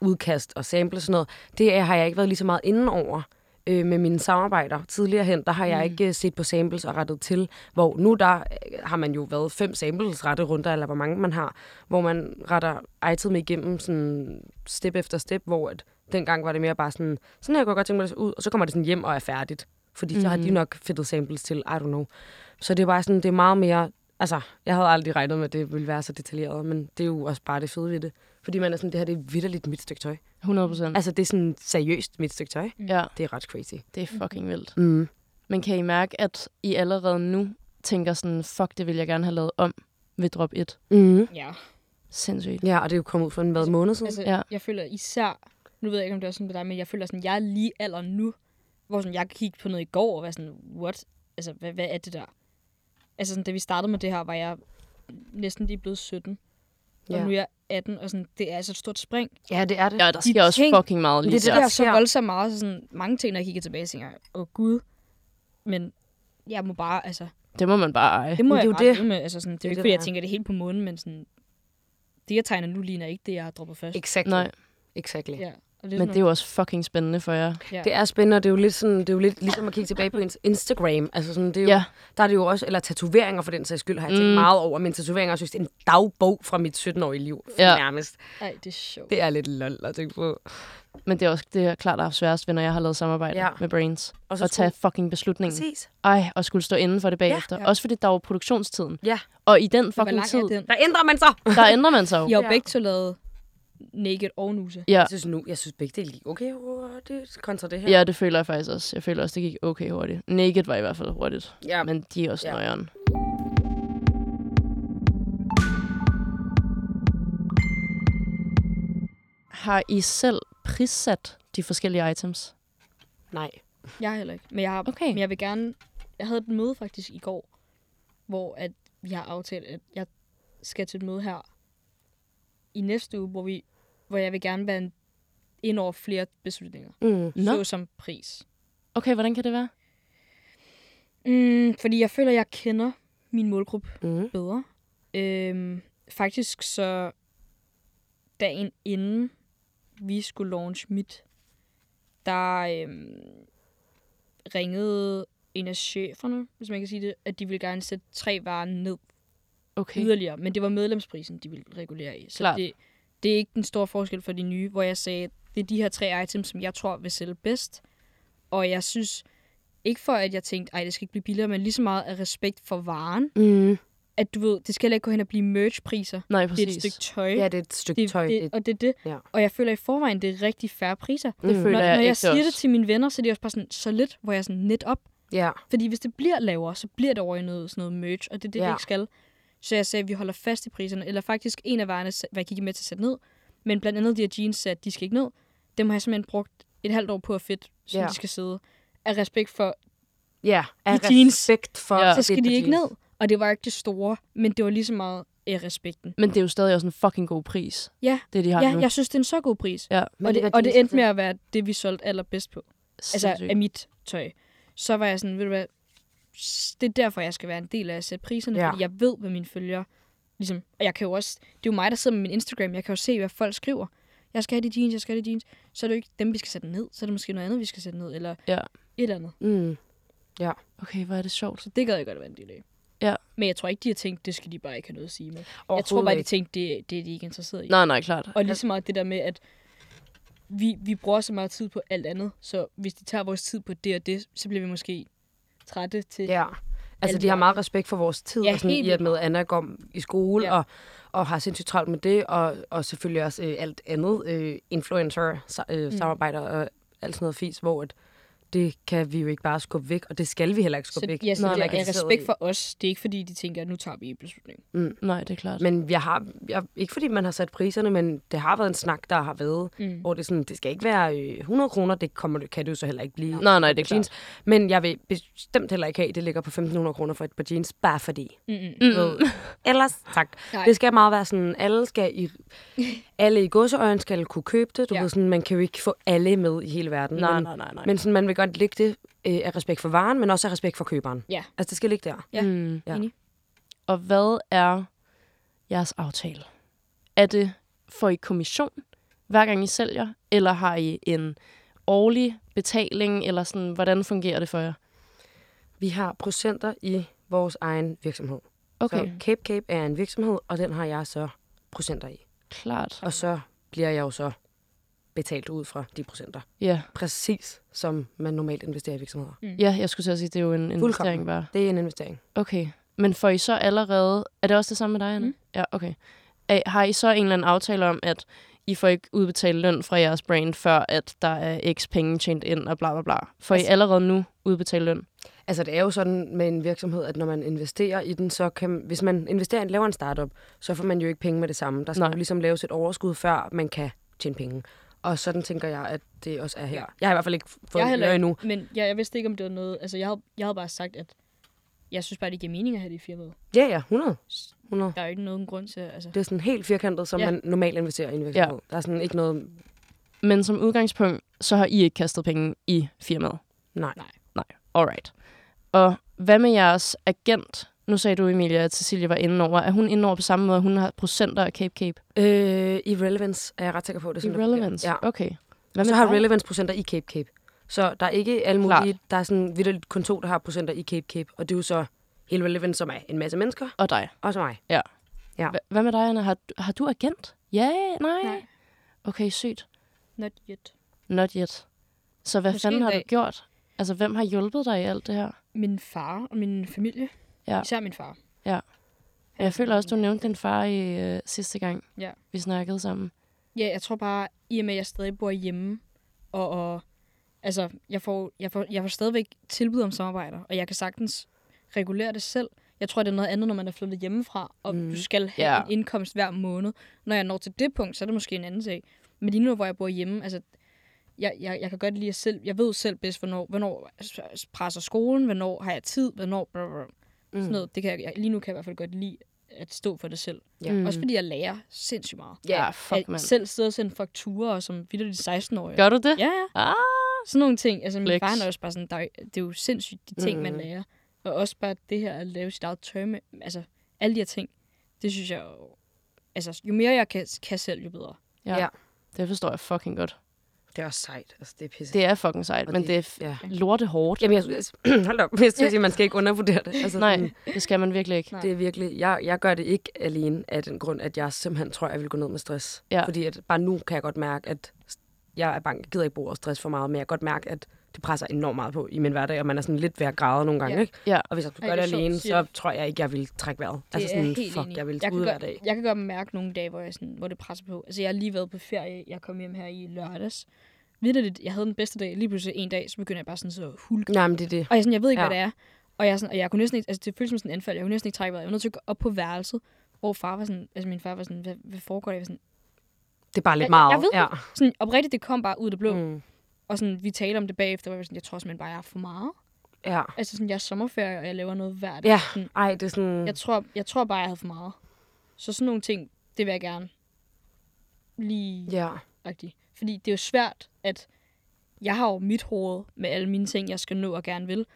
Speaker 1: udkast og sample og sådan noget, det er, har jeg ikke været lige så meget inden over øh, med mine samarbejder. Tidligere hen, der har jeg ikke øh, set på samples og rettet til, hvor nu der øh, har man jo været fem samples rette runder, eller hvor mange man har, hvor man retter item igennem sådan step efter step, hvor at dengang var det mere bare sådan, sådan her kunne jeg godt tænke mig at det så ud, og så kommer det sådan hjem og er færdigt. Fordi mm-hmm. så har de nok fedtet samples til, I don't know. Så det er bare sådan, det er meget mere... Altså, jeg havde aldrig regnet med, at det ville være så detaljeret, men det er jo også bare det fede ved det. Fordi man er sådan, det her det er vidderligt mit stykke tøj.
Speaker 2: 100 procent.
Speaker 1: Altså, det er sådan seriøst mit stykke tøj.
Speaker 2: Ja,
Speaker 1: Det er ret crazy.
Speaker 2: det er fucking vildt.
Speaker 1: Mm.
Speaker 2: Men kan I mærke, at I allerede nu tænker sådan, fuck, det vil jeg gerne have lavet om ved drop 1?
Speaker 1: Mm.
Speaker 10: Ja.
Speaker 2: Sindssygt.
Speaker 1: Ja, og det er jo kommet ud for en hvad, måned siden.
Speaker 10: Altså,
Speaker 2: Ja.
Speaker 10: ja. jeg føler især, nu ved jeg ikke, om det er sådan med dig, men jeg føler sådan, jeg er lige alder nu, hvor sådan, jeg kiggede på noget i går og var sådan, what? Altså, hvad, hvad er det der? Altså, sådan, da vi startede med det her, var jeg næsten lige blevet 17. Ja. Og nu er jeg 18, og sådan, det er altså et stort spring.
Speaker 1: ja, det er det.
Speaker 2: Ja, der
Speaker 10: De
Speaker 2: sker også
Speaker 10: ting-
Speaker 2: fucking meget lige
Speaker 10: det, det
Speaker 2: der.
Speaker 10: der så
Speaker 1: sker.
Speaker 10: voldsomt meget, så sådan, mange ting, når jeg kigger tilbage, tænker jeg, åh gud, men jeg må bare, altså,
Speaker 2: Det må man bare eje.
Speaker 10: det må
Speaker 1: Men det
Speaker 10: jeg
Speaker 1: er jo
Speaker 10: bare
Speaker 1: det.
Speaker 10: leve med. Altså, sådan, det er
Speaker 1: Det er
Speaker 10: jo ikke,
Speaker 1: det,
Speaker 10: fordi jeg
Speaker 1: der er.
Speaker 10: tænker det helt på månen, men sådan, det, jeg tegner nu, ligner ikke det, jeg har droppet først.
Speaker 1: Exactly.
Speaker 2: Nej,
Speaker 1: Exactly.
Speaker 10: Ja, og det er
Speaker 2: men det er
Speaker 10: sådan,
Speaker 2: jo også fucking spændende for jer.
Speaker 10: ja.
Speaker 1: Det er spændende, og det er jo lidt, sådan, det er jo lidt ligesom at kigge tilbage på ens Instagram. Altså sådan, det er jo,
Speaker 2: Ja.
Speaker 1: ja. Der er det jo også, eller tatoveringer for den sags skyld, har jeg tænkt
Speaker 2: Mm.
Speaker 1: mm. meget over. Men tatoveringer er også en dagbog fra mit 17-årige liv,
Speaker 2: Ja.
Speaker 1: ja. nærmest.
Speaker 10: Ej, det er sjovt.
Speaker 1: Det er lidt lol at tænke på.
Speaker 2: Men det er også det er klart, der er sværest ved, når jeg har lavet samarbejde ja.
Speaker 1: Ja.
Speaker 2: med Brains. Og
Speaker 1: Og så
Speaker 2: at tage fucking beslutningen.
Speaker 1: Præcis.
Speaker 2: Ej, og skulle stå inden for det bagefter. Ja,
Speaker 10: Ja,
Speaker 2: ja.
Speaker 10: ja.
Speaker 2: Også fordi der var produktionstiden.
Speaker 1: Ja.
Speaker 2: Og i den
Speaker 10: Hvor
Speaker 2: fucking
Speaker 10: lang
Speaker 2: tid,
Speaker 10: er den?
Speaker 1: Der ændrer man så.
Speaker 2: der ændrer man sig jo.
Speaker 10: Jeg har
Speaker 1: Ja.
Speaker 10: jo begge to lavet Naked og Nuse.
Speaker 2: Ja.
Speaker 1: Jeg synes nu, jeg synes begge det er lige okay hurtigt kontra det her.
Speaker 2: ja, det føler jeg faktisk også. Jeg føler også, det gik okay hurtigt. Naked var i hvert fald hurtigt.
Speaker 1: ja
Speaker 2: Men de er også ja.
Speaker 1: Ja.
Speaker 2: nøjeren. Har I selv prissat de forskellige items?
Speaker 1: nej.
Speaker 10: Jeg har heller ikke. Men jeg, har,
Speaker 2: Okay.
Speaker 10: men jeg vil gerne... Jeg havde et møde faktisk i går, hvor at vi har aftalt, at jeg skal til et møde her i næste uge, hvor, vi, hvor jeg vil gerne være en, ind over flere beslutninger.
Speaker 1: Mm.
Speaker 2: Nå.
Speaker 10: Så som pris.
Speaker 2: Okay, hvordan kan det være?
Speaker 10: Mm, fordi jeg føler, at jeg kender min målgruppe
Speaker 1: Mm.
Speaker 10: bedre. Øhm, faktisk så dagen inden vi skulle launch mit, der øhm, ringede en af cheferne, hvis man kan sige det, at de ville gerne sætte tre varer ned okay.
Speaker 2: Okay.
Speaker 10: yderligere. Men det var medlemsprisen, de ville regulere i. Så
Speaker 2: Klart.
Speaker 10: det, det er ikke den store forskel for de nye, hvor jeg sagde, det er de her tre items, som jeg tror vil sælge bedst. Og jeg synes, ikke for at jeg tænkte, ej, det skal ikke blive billigere, men lige så meget af respekt for varen,
Speaker 1: Mm.
Speaker 10: at du ved, det skal heller ikke gå hen og blive merchpriser.
Speaker 2: Nej,
Speaker 10: Det er et
Speaker 2: præcis.
Speaker 10: stykke tøj.
Speaker 1: Ja, det er et stykke
Speaker 10: det,
Speaker 1: tøj.
Speaker 10: det,
Speaker 1: Det,
Speaker 10: og det er det.
Speaker 1: Ja.
Speaker 10: Og jeg føler i forvejen, det er rigtig færre priser.
Speaker 2: Det
Speaker 1: Mm.
Speaker 2: føler
Speaker 10: når,
Speaker 2: jeg
Speaker 10: når
Speaker 2: ikke
Speaker 10: jeg siger det
Speaker 2: også.
Speaker 10: til mine venner, så er de også bare sådan, så lidt, hvor jeg er sådan net op.
Speaker 1: ja.
Speaker 10: Fordi hvis det bliver lavere, så bliver det over i noget, sådan noget merch, og det er det, ja.
Speaker 1: Ja.
Speaker 10: det ikke skal. Så jeg sagde, at vi holder fast i priserne. Eller faktisk en af varerne, hvad jeg gik med til at sætte ned. Men blandt andet de her jeans, sagde, at de skal ikke ned. Dem har jeg simpelthen brugt et halvt år på at fedt, så
Speaker 1: Ja.
Speaker 10: de skal sidde. Af respekt for,
Speaker 1: Ja, af
Speaker 10: I jeans.
Speaker 1: respekt for...
Speaker 2: Ja.
Speaker 1: Ja.
Speaker 10: så skal de ikke ned. Og det var ikke det store, men det var lige så meget af respekten.
Speaker 2: Men det er jo stadig også en fucking god pris,
Speaker 10: Ja,
Speaker 2: det de har
Speaker 10: ja
Speaker 2: nu.
Speaker 10: jeg synes, det er en så god pris.
Speaker 2: Ja,
Speaker 10: Og det, og det endte med at være det, vi solgte allerbedst på. Altså
Speaker 2: sindssygt.
Speaker 10: af mit tøj. Så var jeg sådan, ved du hvad, s- det er derfor, jeg skal være en del af at sætte priserne, ja.
Speaker 1: Ja.
Speaker 10: fordi jeg ved, hvad mine følgere... Ligesom, og jeg kan jo også... Det er jo mig, der sidder med min Instagram. Jeg kan jo se, hvad folk skriver. Jeg skal have de jeans, jeg skal have de jeans. Så er det jo ikke dem, vi skal sætte ned. Så er det måske noget andet, vi skal sætte ned. Eller
Speaker 2: Ja.
Speaker 10: et eller andet.
Speaker 1: Mm.
Speaker 2: Okay, hvor er det sjovt.
Speaker 10: Så det gad jeg godt være en del af.
Speaker 2: Ja.
Speaker 10: Men jeg tror ikke, de har tænkt, det skal de bare ikke have noget at sige med. Jeg tror
Speaker 1: Overhovedet
Speaker 10: bare, de
Speaker 1: ikke.
Speaker 10: tænkte, det, det er de ikke interesseret i.
Speaker 2: Nej, nej, klart.
Speaker 10: Og lige så meget det der med, at vi, vi bruger så meget tid på alt andet, så hvis de tager vores tid på det og det, så bliver vi måske trætte til...
Speaker 1: Ja. Altså,
Speaker 10: Alt
Speaker 1: de har
Speaker 10: det
Speaker 1: meget respekt for vores tid,
Speaker 10: Ja,
Speaker 1: ja, og sådan,
Speaker 10: helt
Speaker 1: i at med Anna går i skole,
Speaker 10: Ja.
Speaker 1: ja. og, og har sindssygt travlt med det, og, og selvfølgelig også øh, alt andet, øh, influencer, sa- øh, mm. samarbejder og alt sådan noget fis, hvor at det kan vi jo ikke bare skubbe væk, og det skal vi heller ikke skubbe
Speaker 10: Så,
Speaker 1: væk.
Speaker 10: ja, så
Speaker 1: når
Speaker 10: det
Speaker 1: man
Speaker 10: er,
Speaker 1: er
Speaker 10: er
Speaker 1: kritiseret
Speaker 10: respekt
Speaker 1: i.
Speaker 10: for os. Det er ikke fordi, de tænker, at nu tager vi en beslutning.
Speaker 2: Nej, det er klart.
Speaker 1: Men jeg har, jeg, ikke fordi man har sat priserne, men det har været en snak, der har været, mm. hvor det er sådan, det skal ikke være øh, 100 kroner, det kommer, du- kan det jo så heller ikke blive.
Speaker 2: Nej, nej, det er
Speaker 1: på jeans. Men jeg vil bestemt heller ikke have, at det ligger på 1.500 kroner for et par jeans, bare fordi. Mm. Ellers, tak.
Speaker 10: Nej.
Speaker 1: Nej. Det skal meget være sådan, alle skal i, alle i godseøjen skal kunne købe det. Du
Speaker 10: Ja.
Speaker 1: ja. ved sådan, man kan jo ikke få alle med i hele verden.
Speaker 2: Nej,
Speaker 1: men,
Speaker 2: nej, nej, nej.
Speaker 1: Men sådan, man vil godt lægge det øh, af respekt for varen, men også af respekt for køberen.
Speaker 10: Ja.
Speaker 1: Altså, det skal ligge der.
Speaker 10: Ja.
Speaker 2: Mm.
Speaker 1: Ja.
Speaker 10: Enig.
Speaker 2: Og hvad er jeres aftale? Er det, får I kommission, hver gang I sælger, eller har I en årlig betaling, eller sådan, hvordan fungerer det for jer?
Speaker 1: Vi har procenter i vores egen virksomhed. Okay. Så Cape Cape er en virksomhed, og den har jeg så procenter i.
Speaker 2: klart.
Speaker 1: Og så bliver jeg jo så betalt ud fra de procenter.
Speaker 2: Ja,
Speaker 1: Præcis som man normalt investerer i virksomheder. Mm.
Speaker 2: ja jeg skulle til at sige, det er jo en investering bare.
Speaker 1: Det er en investering.
Speaker 2: Okay, men får I så allerede... Er det også det samme med dig, Anna? Mm. Ja, okay. Er, har I så en eller anden aftale om, at I får ikke udbetalt løn fra jeres brand, før at der er x penge tjent ind og bla bla bla? Får altså, I allerede nu udbetalt løn?
Speaker 1: Altså det er jo sådan med en virksomhed, at når man investerer i den, så kan, hvis man investerer i laver en startup, så får man jo ikke penge med det samme. Der skal
Speaker 2: Nej.
Speaker 1: Nej. jo ligesom laves et overskud, før man kan tjene penge. Og sådan tænker jeg, at det også er her. Jeg har i hvert fald ikke fået
Speaker 10: Jeg
Speaker 1: jeg
Speaker 10: heller
Speaker 1: øre
Speaker 10: ikke,
Speaker 1: endnu.
Speaker 10: men jeg, jeg vidste ikke, om det var noget... Altså, jeg havde, jeg havde bare sagt, at jeg synes bare, det giver mening at have det i firmaet.
Speaker 1: Ja, ja, 100. 100.
Speaker 10: Der er jo ikke nogen grund til... Altså,
Speaker 1: Det er sådan helt firkantet, som
Speaker 10: Ja.
Speaker 1: ja. man normalt investerer i en virksomhed. Ja. Der er sådan ikke noget...
Speaker 2: Men som udgangspunkt, så har I ikke kastet penge i firmaet.
Speaker 1: Nej.
Speaker 2: Nej, alright. Og hvad med jeres agent? Nu sagde du, Emilia, at Cecilie var inde over. Er hun inde over på samme måde, at hun har procenter af Cape Cape?
Speaker 1: Øh, irrelevance er jeg ret sikker på. Det er sådan, det fungerer.
Speaker 2: Irrelevance?
Speaker 1: Ja.
Speaker 2: Okay.
Speaker 1: Hvad
Speaker 2: med
Speaker 1: så har
Speaker 2: dig?
Speaker 1: relevance procenter i Cape Cape. Så der er ikke alle
Speaker 2: Klart.
Speaker 1: mulige... Der er sådan et kontor, der har procenter i Cape Cape. Og det er jo så hele relevance, som er en masse mennesker,
Speaker 2: Og dig?
Speaker 1: og så mig. Ja.
Speaker 2: Hva- Hvad med dig, Anna? Har, har du agent? Ja, nej.
Speaker 10: Nej.
Speaker 2: Okay, sygt.
Speaker 10: not yet.
Speaker 2: Not yet. Så hvad
Speaker 10: Måske
Speaker 2: fanden
Speaker 10: en
Speaker 2: har du
Speaker 10: dag.
Speaker 2: gjort? Altså, hvem har hjulpet dig i alt det her?
Speaker 10: Min far og min familie.
Speaker 2: Ja.
Speaker 10: Især min far.
Speaker 2: Jeg føler også, du nævnte din far i øh, sidste gang,
Speaker 10: Ja.
Speaker 2: vi snakkede sammen.
Speaker 10: Ja, jeg tror bare, i og med, at jeg stadig bor hjemme, og, og altså, jeg, får, jeg, får, jeg får stadigvæk tilbud om samarbejder, og jeg kan sagtens regulere det selv. Jeg tror, det er noget andet, når man er flyttet hjemmefra, og mm. du skal have
Speaker 2: Ja.
Speaker 10: yeah. en indkomst hver måned. Når jeg når til det punkt, så er det måske en anden sag. Men lige nu, hvor jeg bor hjemme, altså, jeg, jeg, jeg kan godt lide at selv, jeg ved selv bedst, hvornår, hvornår s- presser skolen, hvornår har jeg tid, hvornår... Blah, blah. Mm. Sådan noget, det kan jeg, jeg, lige nu kan jeg i hvert fald godt lide at stå for det selv.
Speaker 1: Ja.
Speaker 10: Mm. Også fordi jeg lærer sindssygt meget
Speaker 2: Ja,
Speaker 10: at
Speaker 2: Ah, fuck, mand.
Speaker 10: selv sidde og sende fakturer som vildt de 16-årige.
Speaker 2: Gør du det?
Speaker 10: Ja, ja.
Speaker 2: Ah,
Speaker 10: Sådan nogle ting. Altså, min
Speaker 2: Flex.
Speaker 10: far han er også bare sådan, der, er- det er jo sindssygt de ting, mm. man lærer. Og også bare det her at lave sit eget tømme. Altså, alle de her ting. Det synes jeg jo... Altså, jo mere jeg kan, kan selv, jo bedre.
Speaker 2: ja. ja.
Speaker 1: Ja.
Speaker 2: Det forstår jeg fucking godt.
Speaker 1: Det er også sejt. Altså, det er pisse.
Speaker 2: Det er fucking sejt, men
Speaker 1: det-
Speaker 2: det er f-
Speaker 1: ja.
Speaker 2: lorte hårdt.
Speaker 1: Jamen, jeg, jeg- [clears throat] hold op. Jeg skal sige, man skal ikke undervurdere det. Altså,
Speaker 2: Nej,
Speaker 1: sådan,
Speaker 2: det skal man virkelig ikke.
Speaker 1: Det er virkelig, jeg, jeg gør det ikke alene af den grund, at jeg simpelthen tror, jeg vil gå ned med stress.
Speaker 2: Ja.
Speaker 1: Fordi at bare nu kan jeg godt mærke, at jeg er bange, jeg gider ikke bruge stress for meget, men jeg kan godt mærke, at det presser enormt meget på i min hverdag, og man er sådan lidt ved at græde nogle gange,
Speaker 10: Ja.
Speaker 1: ikke?
Speaker 2: Ja.
Speaker 1: Og hvis jeg skulle
Speaker 10: Ej,
Speaker 1: gøre
Speaker 10: det
Speaker 1: det
Speaker 10: er sjovt,
Speaker 1: alene,
Speaker 10: du siger
Speaker 1: så tror jeg ikke, jeg ville trække vejret. altså
Speaker 10: Det er
Speaker 1: sådan,
Speaker 10: helt
Speaker 1: fuck,
Speaker 10: enig.
Speaker 1: jeg ville
Speaker 10: jeg
Speaker 1: ud
Speaker 10: kan
Speaker 1: hver
Speaker 10: godt,
Speaker 1: dag.
Speaker 10: Jeg kan godt mærke nogle dage, hvor, jeg sådan, hvor det presser på. Altså, jeg har lige været på ferie. Jeg kom hjem her i lørdags. Vitterligt, jeg havde den bedste dag. Lige pludselig en dag, så begynder jeg bare sådan så at hulke
Speaker 1: Nej, men det er det.
Speaker 10: Og jeg, er sådan, jeg ved ikke, ja.
Speaker 1: Ja.
Speaker 10: hvad det er. Og jeg, er sådan, og jeg kunne næsten ikke, altså det føles som sådan en anfald, jeg kunne næsten ikke trække vejret. Jeg var nødt til at gå op på værelset, hvor far var sådan, altså min far var sådan, hvad, hvad foregår der? Jeg var sådan,
Speaker 1: Det er bare lidt
Speaker 10: jeg,
Speaker 1: meget.
Speaker 10: jeg ved
Speaker 1: ja.
Speaker 10: ja. sådan oprigtigt, det kom bare ud af det blå. Mm.
Speaker 1: Mm.
Speaker 10: Og sådan, vi talte om det bagefter, hvor jeg var sådan, jeg tror simpelthen bare, jeg er for meget.
Speaker 1: Ja.
Speaker 10: Altså sådan, jeg er sommerferie, og jeg laver noget hver dag.
Speaker 1: Ja,
Speaker 10: Sådan,
Speaker 1: ej, det er sådan...
Speaker 10: Mm. jeg, tror, jeg tror bare, jeg havde for meget. Så sådan nogle ting, det vil jeg gerne lige
Speaker 1: Ja,
Speaker 10: agtig. Fordi det er jo svært, at jeg har jo mit hoved med alle mine ting, jeg skal nå og gerne vil.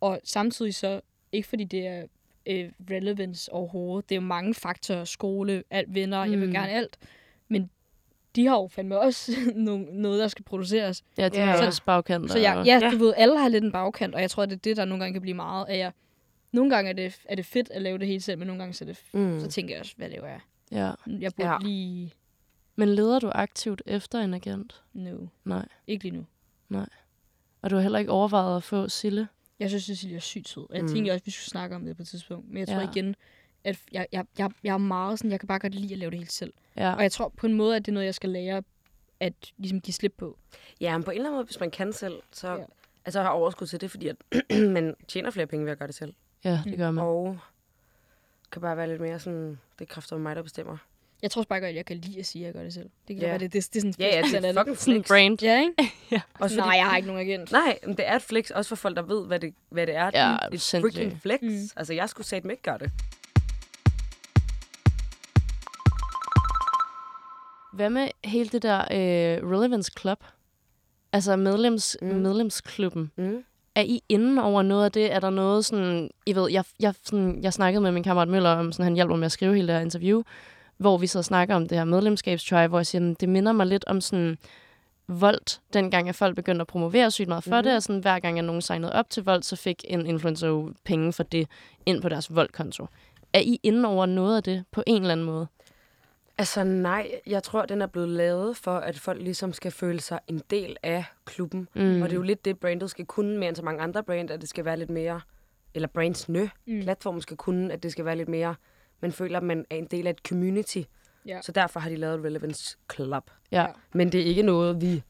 Speaker 10: Og samtidig så, ikke fordi det er øh, relevance overhovedet, det er jo mange faktorer, skole, alt, venner, mm. jeg vil gerne alt. Men de har jo fandme også [laughs] nogle, noget, der skal produceres.
Speaker 2: Ja, det
Speaker 1: Ja,
Speaker 2: er
Speaker 1: ja.
Speaker 2: også bagkanter.
Speaker 10: Så jeg,
Speaker 2: og-
Speaker 10: ja, du ved, alle har lidt en bagkant, og jeg tror, det er det, der nogle gange kan blive meget af. Jeg, nogle gange er det, er det fedt at lave det hele selv, men nogle gange så, er det, mm. så tænker jeg også, hvad laver jeg?
Speaker 2: ja.
Speaker 10: Jeg burde ja.
Speaker 1: Ja.
Speaker 10: lige...
Speaker 2: Men leder du aktivt efter en agent?
Speaker 10: No,
Speaker 2: Nej.
Speaker 10: ikke lige nu.
Speaker 2: Og du har heller ikke overvejet at få Sille?
Speaker 10: Jeg synes, Cecilia er sygt sød. Og jeg mm. tænkte også, vi skulle snakke om det på et tidspunkt. Men jeg tror
Speaker 2: Ja.
Speaker 10: ja. igen, at jeg, jeg, jeg, jeg er meget sådan, jeg kan bare godt lide at lave det hele selv.
Speaker 2: Ja.
Speaker 10: Og jeg tror på en måde, at det er noget, jeg skal lære at ligesom give slip på.
Speaker 1: ja men på en eller anden måde, hvis man kan selv, så...
Speaker 10: Ja.
Speaker 1: Ja. Altså, jeg har overskud til det, fordi at [clears throat] man tjener flere penge ved at gøre det selv.
Speaker 2: Ja, det gør
Speaker 1: Mm.
Speaker 2: man.
Speaker 1: Og kan bare være lidt mere sådan, det kræfter mig, der bestemmer.
Speaker 10: Jeg tror også bare godt, at jeg kan lide at sige, at jeg gør det selv. Det kan
Speaker 1: Ja.
Speaker 10: yeah. være det. Det, det er sådan
Speaker 1: Ja, [laughs] ja, det er
Speaker 10: sådan
Speaker 1: et fucking
Speaker 2: Sådan
Speaker 1: flex.
Speaker 2: brand.
Speaker 10: Ja, ikke?
Speaker 1: Også
Speaker 10: Nej, jeg har ikke nogen agent.
Speaker 1: Nej, men det er et flex, også for folk, der ved, hvad det, hvad det er. Det er
Speaker 2: Ja,
Speaker 1: et
Speaker 2: sindssygt.
Speaker 1: freaking flex.
Speaker 10: Mm.
Speaker 1: Mm. Altså, jeg skulle satme ikke gøre det.
Speaker 2: Hvad med hele det der øh, Relevance Club? Altså medlems, mm.
Speaker 1: Mm.
Speaker 2: medlemsklubben.
Speaker 1: Mm.
Speaker 2: Er I inde over noget af det? Er der noget sådan... I ved, jeg, jeg, sådan, jeg snakkede med min kammerat Møller om, sådan, han hjalp mig med at skrive hele det her interview, hvor vi så snakker om det her medlemskabstry, hvor jeg siger, "Men det minder mig lidt om sådan Volt, dengang at folk begyndte at promovere sygt meget for mm. det, og sådan, hver gang, at nogen signede op til Volt, så fik en influencer jo penge for det ind på deres Volt-konto. Er I inde over noget af det på en eller anden måde?
Speaker 1: Altså nej, jeg tror, den er blevet lavet for, at folk ligesom skal føle sig en del af klubben. Mm. Og det er jo lidt det, brandet skal kunne mere end så mange andre brand, at det skal være lidt mere, eller brandsne, mm. platformen skal kunne, at det skal være lidt mere, man føler, at man er en del af et community.
Speaker 10: Ja.
Speaker 1: Så derfor har de lavet et Relevance Club.
Speaker 2: Ja.
Speaker 1: Men det er ikke noget, vi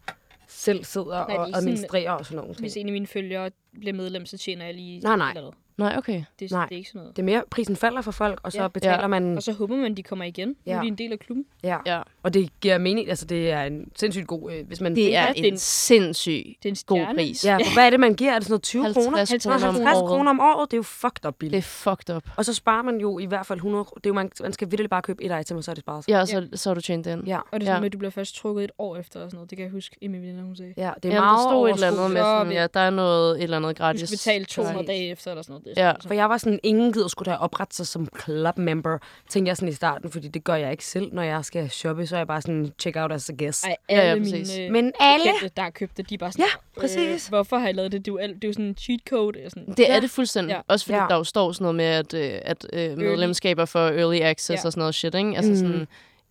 Speaker 1: selv sidder
Speaker 10: det er
Speaker 1: og
Speaker 10: ikke sådan-
Speaker 1: administrerer og sådan nogle ting.
Speaker 10: Hvis en af mine følgere bliver medlem, så tjener jeg lige...
Speaker 1: Nej, nej.
Speaker 10: eller hvad.
Speaker 2: Nej, okay.
Speaker 10: Det,
Speaker 1: Nej.
Speaker 10: nej. det er ikke sådan noget.
Speaker 1: Det er mere, prisen falder for folk, og så
Speaker 10: Ja.
Speaker 1: ja. betaler
Speaker 2: Ja.
Speaker 1: ja. man...
Speaker 10: Og så håber man, at de kommer igen. Ja. Nu er
Speaker 1: Ja.
Speaker 10: de en del af klubben.
Speaker 1: Ja.
Speaker 2: Ja.
Speaker 1: Og det giver mening. Altså, det er en sindssygt god... Øh, hvis man
Speaker 2: Det er
Speaker 10: er
Speaker 2: en
Speaker 10: en-
Speaker 2: sindssyg
Speaker 10: Det er en
Speaker 2: god
Speaker 10: stjerne.
Speaker 2: pris.
Speaker 1: Ja, for hvad er det, man giver? Er det sådan noget 20 kroner?
Speaker 2: 50
Speaker 1: Nå,
Speaker 2: kroner om
Speaker 1: 50
Speaker 2: året.
Speaker 1: kroner om året, det er jo fucked up
Speaker 2: Det er
Speaker 1: billigt.
Speaker 2: fucked up.
Speaker 1: Og så sparer man jo i hvert fald 100 kroner. Det er jo, man, man skal virkelig bare købe et item, og så er det sparet sig.
Speaker 2: Ja, og så, så har du tjent den.
Speaker 1: Ja.
Speaker 10: Og det er sådan
Speaker 2: Ja.
Speaker 10: ja. med, at du bliver først trukket et år efter og sådan noget. Det kan jeg huske, Emil Vinder, hun sagde.
Speaker 1: Ja, det er
Speaker 2: Jamen, der
Speaker 1: meget
Speaker 2: stod et eller andet med
Speaker 10: overskud.
Speaker 2: sådan, ja, der er noget, et eller andet
Speaker 10: Du
Speaker 2: gratis.
Speaker 10: skal betale 200
Speaker 1: præcis.
Speaker 10: dage efter eller sådan noget. Det er
Speaker 2: Ja,
Speaker 10: sådan-
Speaker 1: For jeg var sådan, ingen gider skulle da oprette sig som club member, tænkte jeg sådan i starten, fordi det gør jeg ikke selv, når jeg skal shoppe, så er jeg bare sådan, check out as a guest.
Speaker 10: Ej,
Speaker 2: Ja, ja,
Speaker 10: alle ja, ja,
Speaker 2: præcis.
Speaker 10: mine øh,
Speaker 1: Men alle...
Speaker 10: kendte, der har købt det, de er bare sådan,
Speaker 1: Ja, præcis.
Speaker 10: Øh, hvorfor har I lavet det? Det er jo, alt, det er jo sådan en cheat code. Eller sådan.
Speaker 2: Det er
Speaker 1: Ja.
Speaker 2: det fuldstændig.
Speaker 10: Ja.
Speaker 2: Også fordi
Speaker 1: Ja.
Speaker 2: der jo står sådan noget med, at, øh, at øh, medlemskaber for early access
Speaker 10: Ja.
Speaker 2: og sådan noget shit, ikke? Altså sådan,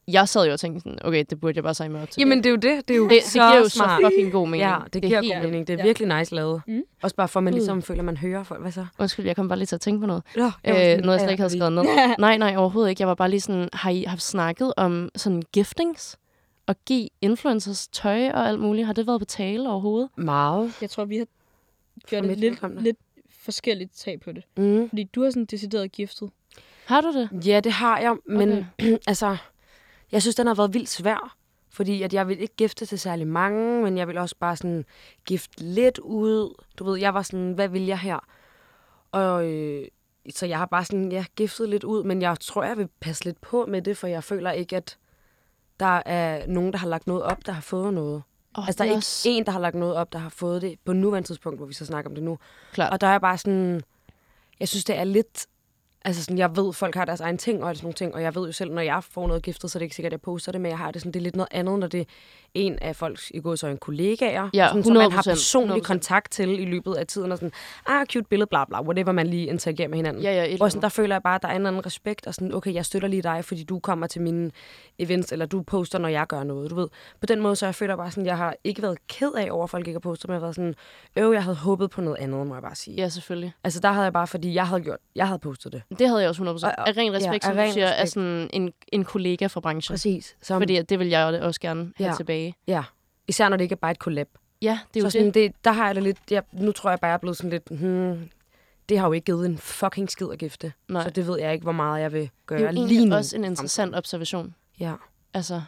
Speaker 2: jeg sad jo og tænkte sådan, okay, det burde jeg bare sige mig op til.
Speaker 1: Jamen, det er jo det. Det er jo
Speaker 2: det, det
Speaker 1: så
Speaker 2: giver jo
Speaker 1: smart.
Speaker 2: så fucking god mening.
Speaker 1: Ja, det giver
Speaker 2: helt
Speaker 1: god mening. Det er
Speaker 10: Ja.
Speaker 1: virkelig nice lavet.
Speaker 10: Mm.
Speaker 1: Også bare for, at man ligesom føler, at man hører folk. Hvad så?
Speaker 2: Undskyld, jeg kom bare lige til at tænke på noget.
Speaker 1: Nå, jeg
Speaker 2: Øh,
Speaker 1: var sådan, [laughs]
Speaker 2: noget, jeg
Speaker 1: ja,
Speaker 2: slet ikke havde
Speaker 1: vi-
Speaker 2: skrevet ned. nej, nej, overhovedet ikke. Jeg var bare lige sådan, har I haft snakket om sådan giftings? Og give influencers tøj og alt muligt. Har det været på tale overhovedet?
Speaker 1: Meget.
Speaker 10: Jeg tror, vi har gjort
Speaker 1: For
Speaker 10: et
Speaker 1: mit
Speaker 10: lidt,
Speaker 1: vedkommende.
Speaker 10: lidt forskelligt tag på det.
Speaker 1: Mm.
Speaker 10: Fordi du har sådan decideret giftet.
Speaker 2: Har du det?
Speaker 1: Ja, det har jeg, men okay. [clears throat] altså, jeg synes, den har været vildt svær. Fordi at jeg vil ikke gifte til særlig mange, men jeg vil også bare sådan gifte lidt ud. Du ved, jeg var sådan, hvad vil jeg her? Og øh, så jeg har bare sådan, ja, giftet lidt ud, men jeg tror, jeg vil passe lidt på med det, for jeg føler ikke, at der er nogen, der har lagt noget op, der har fået noget.
Speaker 2: Oh,
Speaker 1: Altså, der er ikke en, der har lagt noget op, der har fået det på nuværende tidspunkt, hvor vi så snakker om det nu.
Speaker 2: Klart.
Speaker 1: Og der er bare sådan... Jeg synes, det er lidt... Altså, sådan, jeg ved, folk har deres egen ting og alt sådan nogle ting, og jeg ved jo selv, når jeg får noget giftet, så er det ikke sikkert, at jeg poster det, men jeg har det sådan, det er lidt noget andet, når det er en af folks, i går så en kollegaer,
Speaker 2: Ja,
Speaker 1: sådan, som man har
Speaker 2: 100%,
Speaker 1: personlig
Speaker 2: 100%.
Speaker 1: kontakt til i løbet af tiden, og sådan, ah, cute billede, bla bla, whatever man lige interagerer med hinanden.
Speaker 2: Ja, ja, et eller
Speaker 1: og sådan,
Speaker 2: andet.
Speaker 1: der føler jeg bare, at der er en anden respekt, og sådan, okay, jeg støtter lige dig, fordi du kommer til mine events, eller du poster, når jeg gør noget, du ved. På den måde, så jeg føler bare sådan, jeg har ikke været ked af over, at folk ikke har postet, men jeg har været sådan, øv, jeg havde håbet på noget andet, må jeg bare sige.
Speaker 2: Ja, selvfølgelig.
Speaker 1: Altså, der havde jeg bare, fordi jeg havde gjort, jeg havde postet det.
Speaker 2: Det havde jeg også 100%.
Speaker 1: Og- og-
Speaker 2: Af ren respekt,
Speaker 1: ja,
Speaker 2: ja,
Speaker 1: af
Speaker 2: som du
Speaker 1: ren
Speaker 2: siger, er
Speaker 1: respekt.
Speaker 2: sådan en, en kollega fra branchen.
Speaker 1: Præcis. Som,
Speaker 2: Fordi at det vil jeg jo også gerne have
Speaker 1: Ja.
Speaker 2: tilbage.
Speaker 1: Ja. Især når det ikke er bare et collab.
Speaker 2: Ja, det er
Speaker 1: Det
Speaker 2: jo
Speaker 1: så sådan,
Speaker 2: det.
Speaker 1: det. det. der har jeg det lidt, jeg, nu tror jeg bare, jeg er blevet sådan lidt, hmm, det har jo ikke givet en fucking skid at gifte.
Speaker 2: Nej.
Speaker 1: Så det ved jeg ikke, hvor meget jeg vil gøre
Speaker 2: Det er jo
Speaker 1: lige nu.
Speaker 2: egentlig også en interessant observation.
Speaker 1: Ja.
Speaker 2: Altså,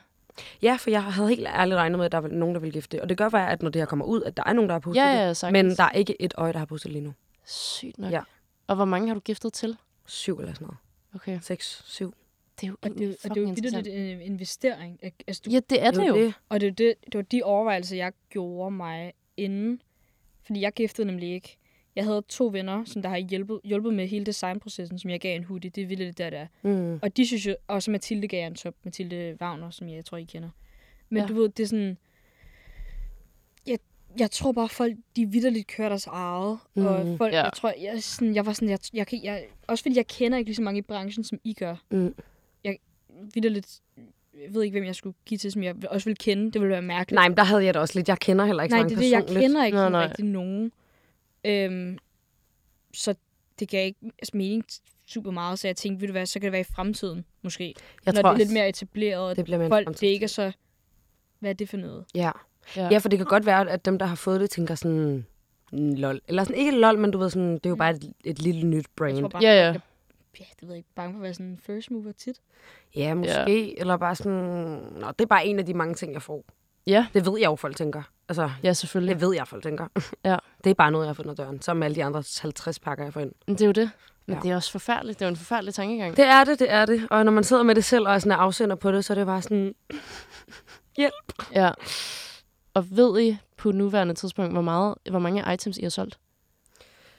Speaker 1: ja, for jeg havde helt ærligt regnet med, at der var nogen, der ville gifte. Og det gør bare, at når det her kommer ud, at der er nogen, der har postet
Speaker 2: Ja, ja,
Speaker 1: det.
Speaker 2: sagtens.
Speaker 1: Men der er ikke et øje, der har postet lige nu.
Speaker 2: sygt nok.
Speaker 1: Ja.
Speaker 2: Og hvor mange har du giftet til?
Speaker 1: Syv eller sådan noget.
Speaker 2: Okay.
Speaker 1: Seks, syv.
Speaker 2: Det er jo
Speaker 10: Og
Speaker 2: egentlig
Speaker 10: det, og det er
Speaker 2: fucking
Speaker 10: jo
Speaker 2: interessant.
Speaker 10: vildt en investering. ikke? Altså, du,
Speaker 2: Ja, det er det jo.
Speaker 10: Og det, er det, det var de overvejelser, jeg gjorde mig inden. Fordi jeg giftede nemlig ikke. Jeg havde to venner, som der har hjulpet, hjulpet med hele designprocessen, som jeg gav en hoodie. Det er vildt, det der, der. er.
Speaker 1: Mm.
Speaker 10: Og de synes jo, og så Mathilde gav jeg en top. Mathilde Wagner, som jeg tror, I kender. Men
Speaker 2: Ja.
Speaker 10: ja. du ved, det er sådan... Jeg, jeg tror bare, folk, de vidderligt kører deres eget. Mm, og folk,
Speaker 2: ja.
Speaker 10: jeg tror, jeg, er sådan, jeg var sådan, jeg, jeg, kan, jeg, også fordi jeg kender ikke lige så mange i branchen, som I gør.
Speaker 1: Mm.
Speaker 10: Jeg vidderligt, jeg ved ikke, hvem jeg skulle give til, som jeg også ville kende. Det ville være mærkeligt.
Speaker 1: Nej, men der havde jeg det også lidt. Jeg kender heller ikke
Speaker 10: Nej
Speaker 1: så
Speaker 10: det er
Speaker 1: mange
Speaker 10: det, jeg
Speaker 1: personligt.
Speaker 10: kender ikke
Speaker 2: Nå,
Speaker 10: nej,
Speaker 2: nej.
Speaker 10: nej. rigtig nogen. Øhm, så det gav ikke altså, mening super meget, så jeg tænkte, ved du hvad, så kan det være i fremtiden, måske.
Speaker 1: Jeg
Speaker 10: når
Speaker 1: tror
Speaker 10: det er lidt
Speaker 1: også,
Speaker 10: mere etableret, at
Speaker 1: det bliver mere en
Speaker 10: folk, det
Speaker 1: fremtidsting.
Speaker 10: ikke er så... Hvad er det for noget?
Speaker 1: Ja.
Speaker 2: Ja.
Speaker 1: Ja, for det kan godt være, at dem, der har fået det, tænker sådan, mm, lol. Eller sådan, ikke lol, men du ved sådan, det er jo bare et, et lille nyt
Speaker 10: Jeg
Speaker 1: brand.
Speaker 10: tror bare,
Speaker 2: Ja, ja.
Speaker 10: folk er- Ja, det ved jeg ikke. Bange for at være sådan en first mover tit.
Speaker 1: Ja, måske. Ja. Eller bare sådan, nå, det er bare en af de mange ting, jeg får.
Speaker 2: Ja.
Speaker 1: Det ved jeg jo, folk tænker. Altså,
Speaker 2: Ja, selvfølgelig.
Speaker 1: det ved jeg, folk tænker.
Speaker 2: Ja.
Speaker 1: [laughs] Det er bare noget, jeg har fundet ad døren, som alle de andre 50 pakker, jeg får ind.
Speaker 2: Men det er jo det. Men
Speaker 1: Ja.
Speaker 2: det er også forfærdeligt. Det er jo en forfærdelig tankegang.
Speaker 1: Det er det, det er det. Og når man sidder med det selv og er sådan afsender på det, så er det bare sådan...
Speaker 2: Ja. Og ved I på nuværende tidspunkt, hvor, meget, hvor mange items I har solgt?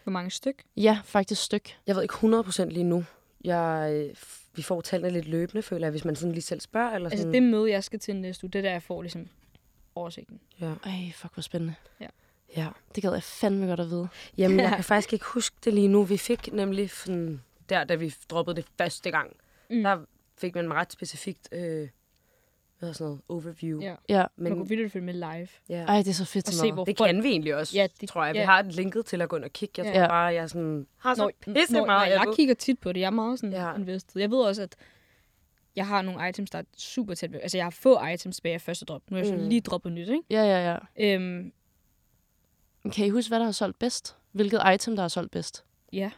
Speaker 10: Hvor mange styk?
Speaker 2: Ja, faktisk styk.
Speaker 1: Jeg ved ikke 100% lige nu. Jeg, øh, f- vi får tallene lidt løbende, føler jeg, hvis man sådan lige selv spørger. Eller sådan.
Speaker 10: Altså det møde, jeg skal til næste uge, det er der, jeg får ligesom oversigten.
Speaker 2: Ej, fuck, hvor spændende.
Speaker 1: Ja.
Speaker 2: Det gad jeg fandme godt at vide.
Speaker 1: Jamen, jeg kan faktisk ikke huske det lige nu. Vi fik nemlig sådan, der, da vi droppede det første gang,
Speaker 10: Mm.
Speaker 1: mm. der fik man en ret specifikt øh, hvad hedder sådan noget, overview.
Speaker 10: Ja.
Speaker 2: Ja.
Speaker 10: Men... Man
Speaker 1: Men,
Speaker 10: kunne vildt følge med live.
Speaker 1: ja.
Speaker 2: Ej, det er så fedt
Speaker 10: Og
Speaker 2: til
Speaker 10: se,
Speaker 2: noget.
Speaker 10: hvor
Speaker 1: Det
Speaker 10: folk...
Speaker 1: kan vi egentlig også,
Speaker 10: Ja,
Speaker 1: ja,
Speaker 10: det-
Speaker 1: det, tror jeg. Vi
Speaker 10: ja.
Speaker 1: har et linket til at gå ind og kigge. Jeg
Speaker 10: Ja.
Speaker 1: tror bare, jeg er sådan, har så Altså, pisse
Speaker 10: når,
Speaker 1: meget.
Speaker 10: nej, jeg
Speaker 1: ved.
Speaker 10: kigger tit på det. Jeg er meget sådan ja.
Speaker 1: Ja.
Speaker 10: invested. Jeg ved også, at jeg har nogle items, der er super tæt ved. Altså, jeg har få items bag af første drop. Nu er jeg mm.
Speaker 1: Mm.
Speaker 10: lige droppet nyt, ikke?
Speaker 2: Ja, ja, ja.
Speaker 10: Øhm,
Speaker 2: Men Kan I huske, hvad der har solgt bedst? Hvilket item, der har solgt bedst?
Speaker 10: ja,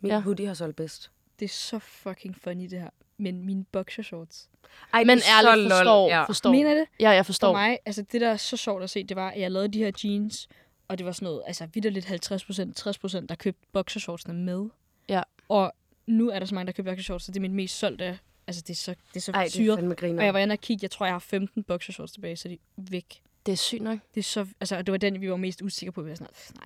Speaker 1: Min
Speaker 2: Ja.
Speaker 1: hoodie har solgt bedst.
Speaker 10: det er så fucking funny, det her. Men mine boxershorts.
Speaker 1: Ej,
Speaker 2: Men ærligt,
Speaker 1: lol.
Speaker 2: forstår,
Speaker 1: Ja.
Speaker 2: forstår.
Speaker 10: Mener I det?
Speaker 2: Ja, jeg
Speaker 10: For
Speaker 2: forstår.
Speaker 10: mig, altså det der er så sjovt at se, det var, at jeg lavede de her jeans, og det var sådan noget, altså vidderligt 50 60 der købte boxershortsene med.
Speaker 2: Ja.
Speaker 10: Og nu er der så mange, der køber boxershorts, så det er min mest solgte. Altså det er så, det er så
Speaker 1: Ej, det er
Speaker 10: syret.
Speaker 1: fandme griner.
Speaker 10: Og jeg var inde og kigge, jeg tror, jeg har 15 boxershorts tilbage, så de er væk.
Speaker 2: Det er sygt nok.
Speaker 10: Det er så, altså, og det var den, vi var mest usikre på. Vi var sådan, nej,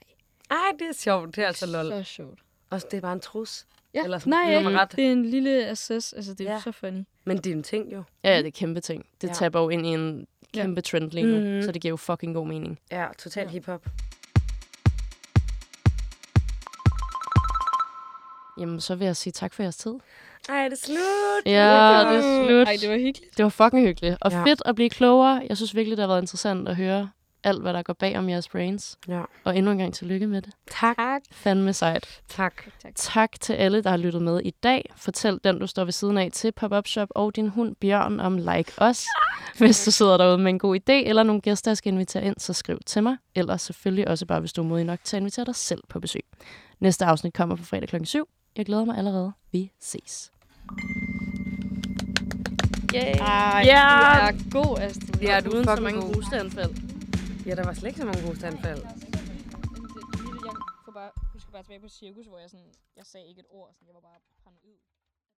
Speaker 1: Ej, det er sjovt. Det er altså lol.
Speaker 10: så sjovt.
Speaker 1: Og det er bare en trus.
Speaker 10: Ja,
Speaker 1: Eller sådan,
Speaker 10: nej,
Speaker 1: det er
Speaker 10: ikke?
Speaker 1: mig ret.
Speaker 10: det er en lille assess, altså det er ja.
Speaker 1: Ja.
Speaker 10: så funny.
Speaker 1: Men det er en ting jo.
Speaker 2: Ja, ja, det er kæmpe ting. Det ja.
Speaker 1: Ja.
Speaker 2: taber jo ind i en
Speaker 10: Ja.
Speaker 2: kæmpe trend lige nu, mm.
Speaker 1: Mhm.
Speaker 2: så det giver jo fucking god mening.
Speaker 1: Ja, totalt ja. hiphop.
Speaker 2: Jamen, så vil jeg sige tak for jeres tid.
Speaker 1: Ej, det er slut.
Speaker 2: Ja, det er slut.
Speaker 10: Ej, det var hyggeligt.
Speaker 2: Det var fucking hyggeligt. Og ja.
Speaker 1: Ja.
Speaker 2: fedt at blive klogere. Jeg synes virkelig, det har været interessant at høre alt, hvad der går bag om jeres brains.
Speaker 1: Ja.
Speaker 2: Og endnu en gang tillykke med det.
Speaker 1: Tak. Tak.
Speaker 2: Fandme sejt.
Speaker 1: tak.
Speaker 2: Tak til alle, der har lyttet med i dag. Fortæl den, du står ved siden af til Pop-Up Shop og din hund Bjørn om Like Us. Hvis du sidder derude med en god idé eller nogle gæster, jeg skal invitere ind, så skriv til mig. Ellers selvfølgelig også bare, hvis du er modig nok til at invitere dig selv på besøg. Næste afsnit kommer på fredag kl. 7. Jeg glæder mig allerede. Vi ses.
Speaker 10: Ej,
Speaker 1: Ja.
Speaker 10: du er god, Astrid.
Speaker 1: Ja, du er Uden så fucking mange god.
Speaker 2: hosteanfald.
Speaker 1: Ja, der var slet ikke så mange hosteanfald.
Speaker 10: Jeg får bare, husker bare tilbage på cirkus, hvor jeg, sådan, jeg sagde ikke et ord. Sådan, jeg var bare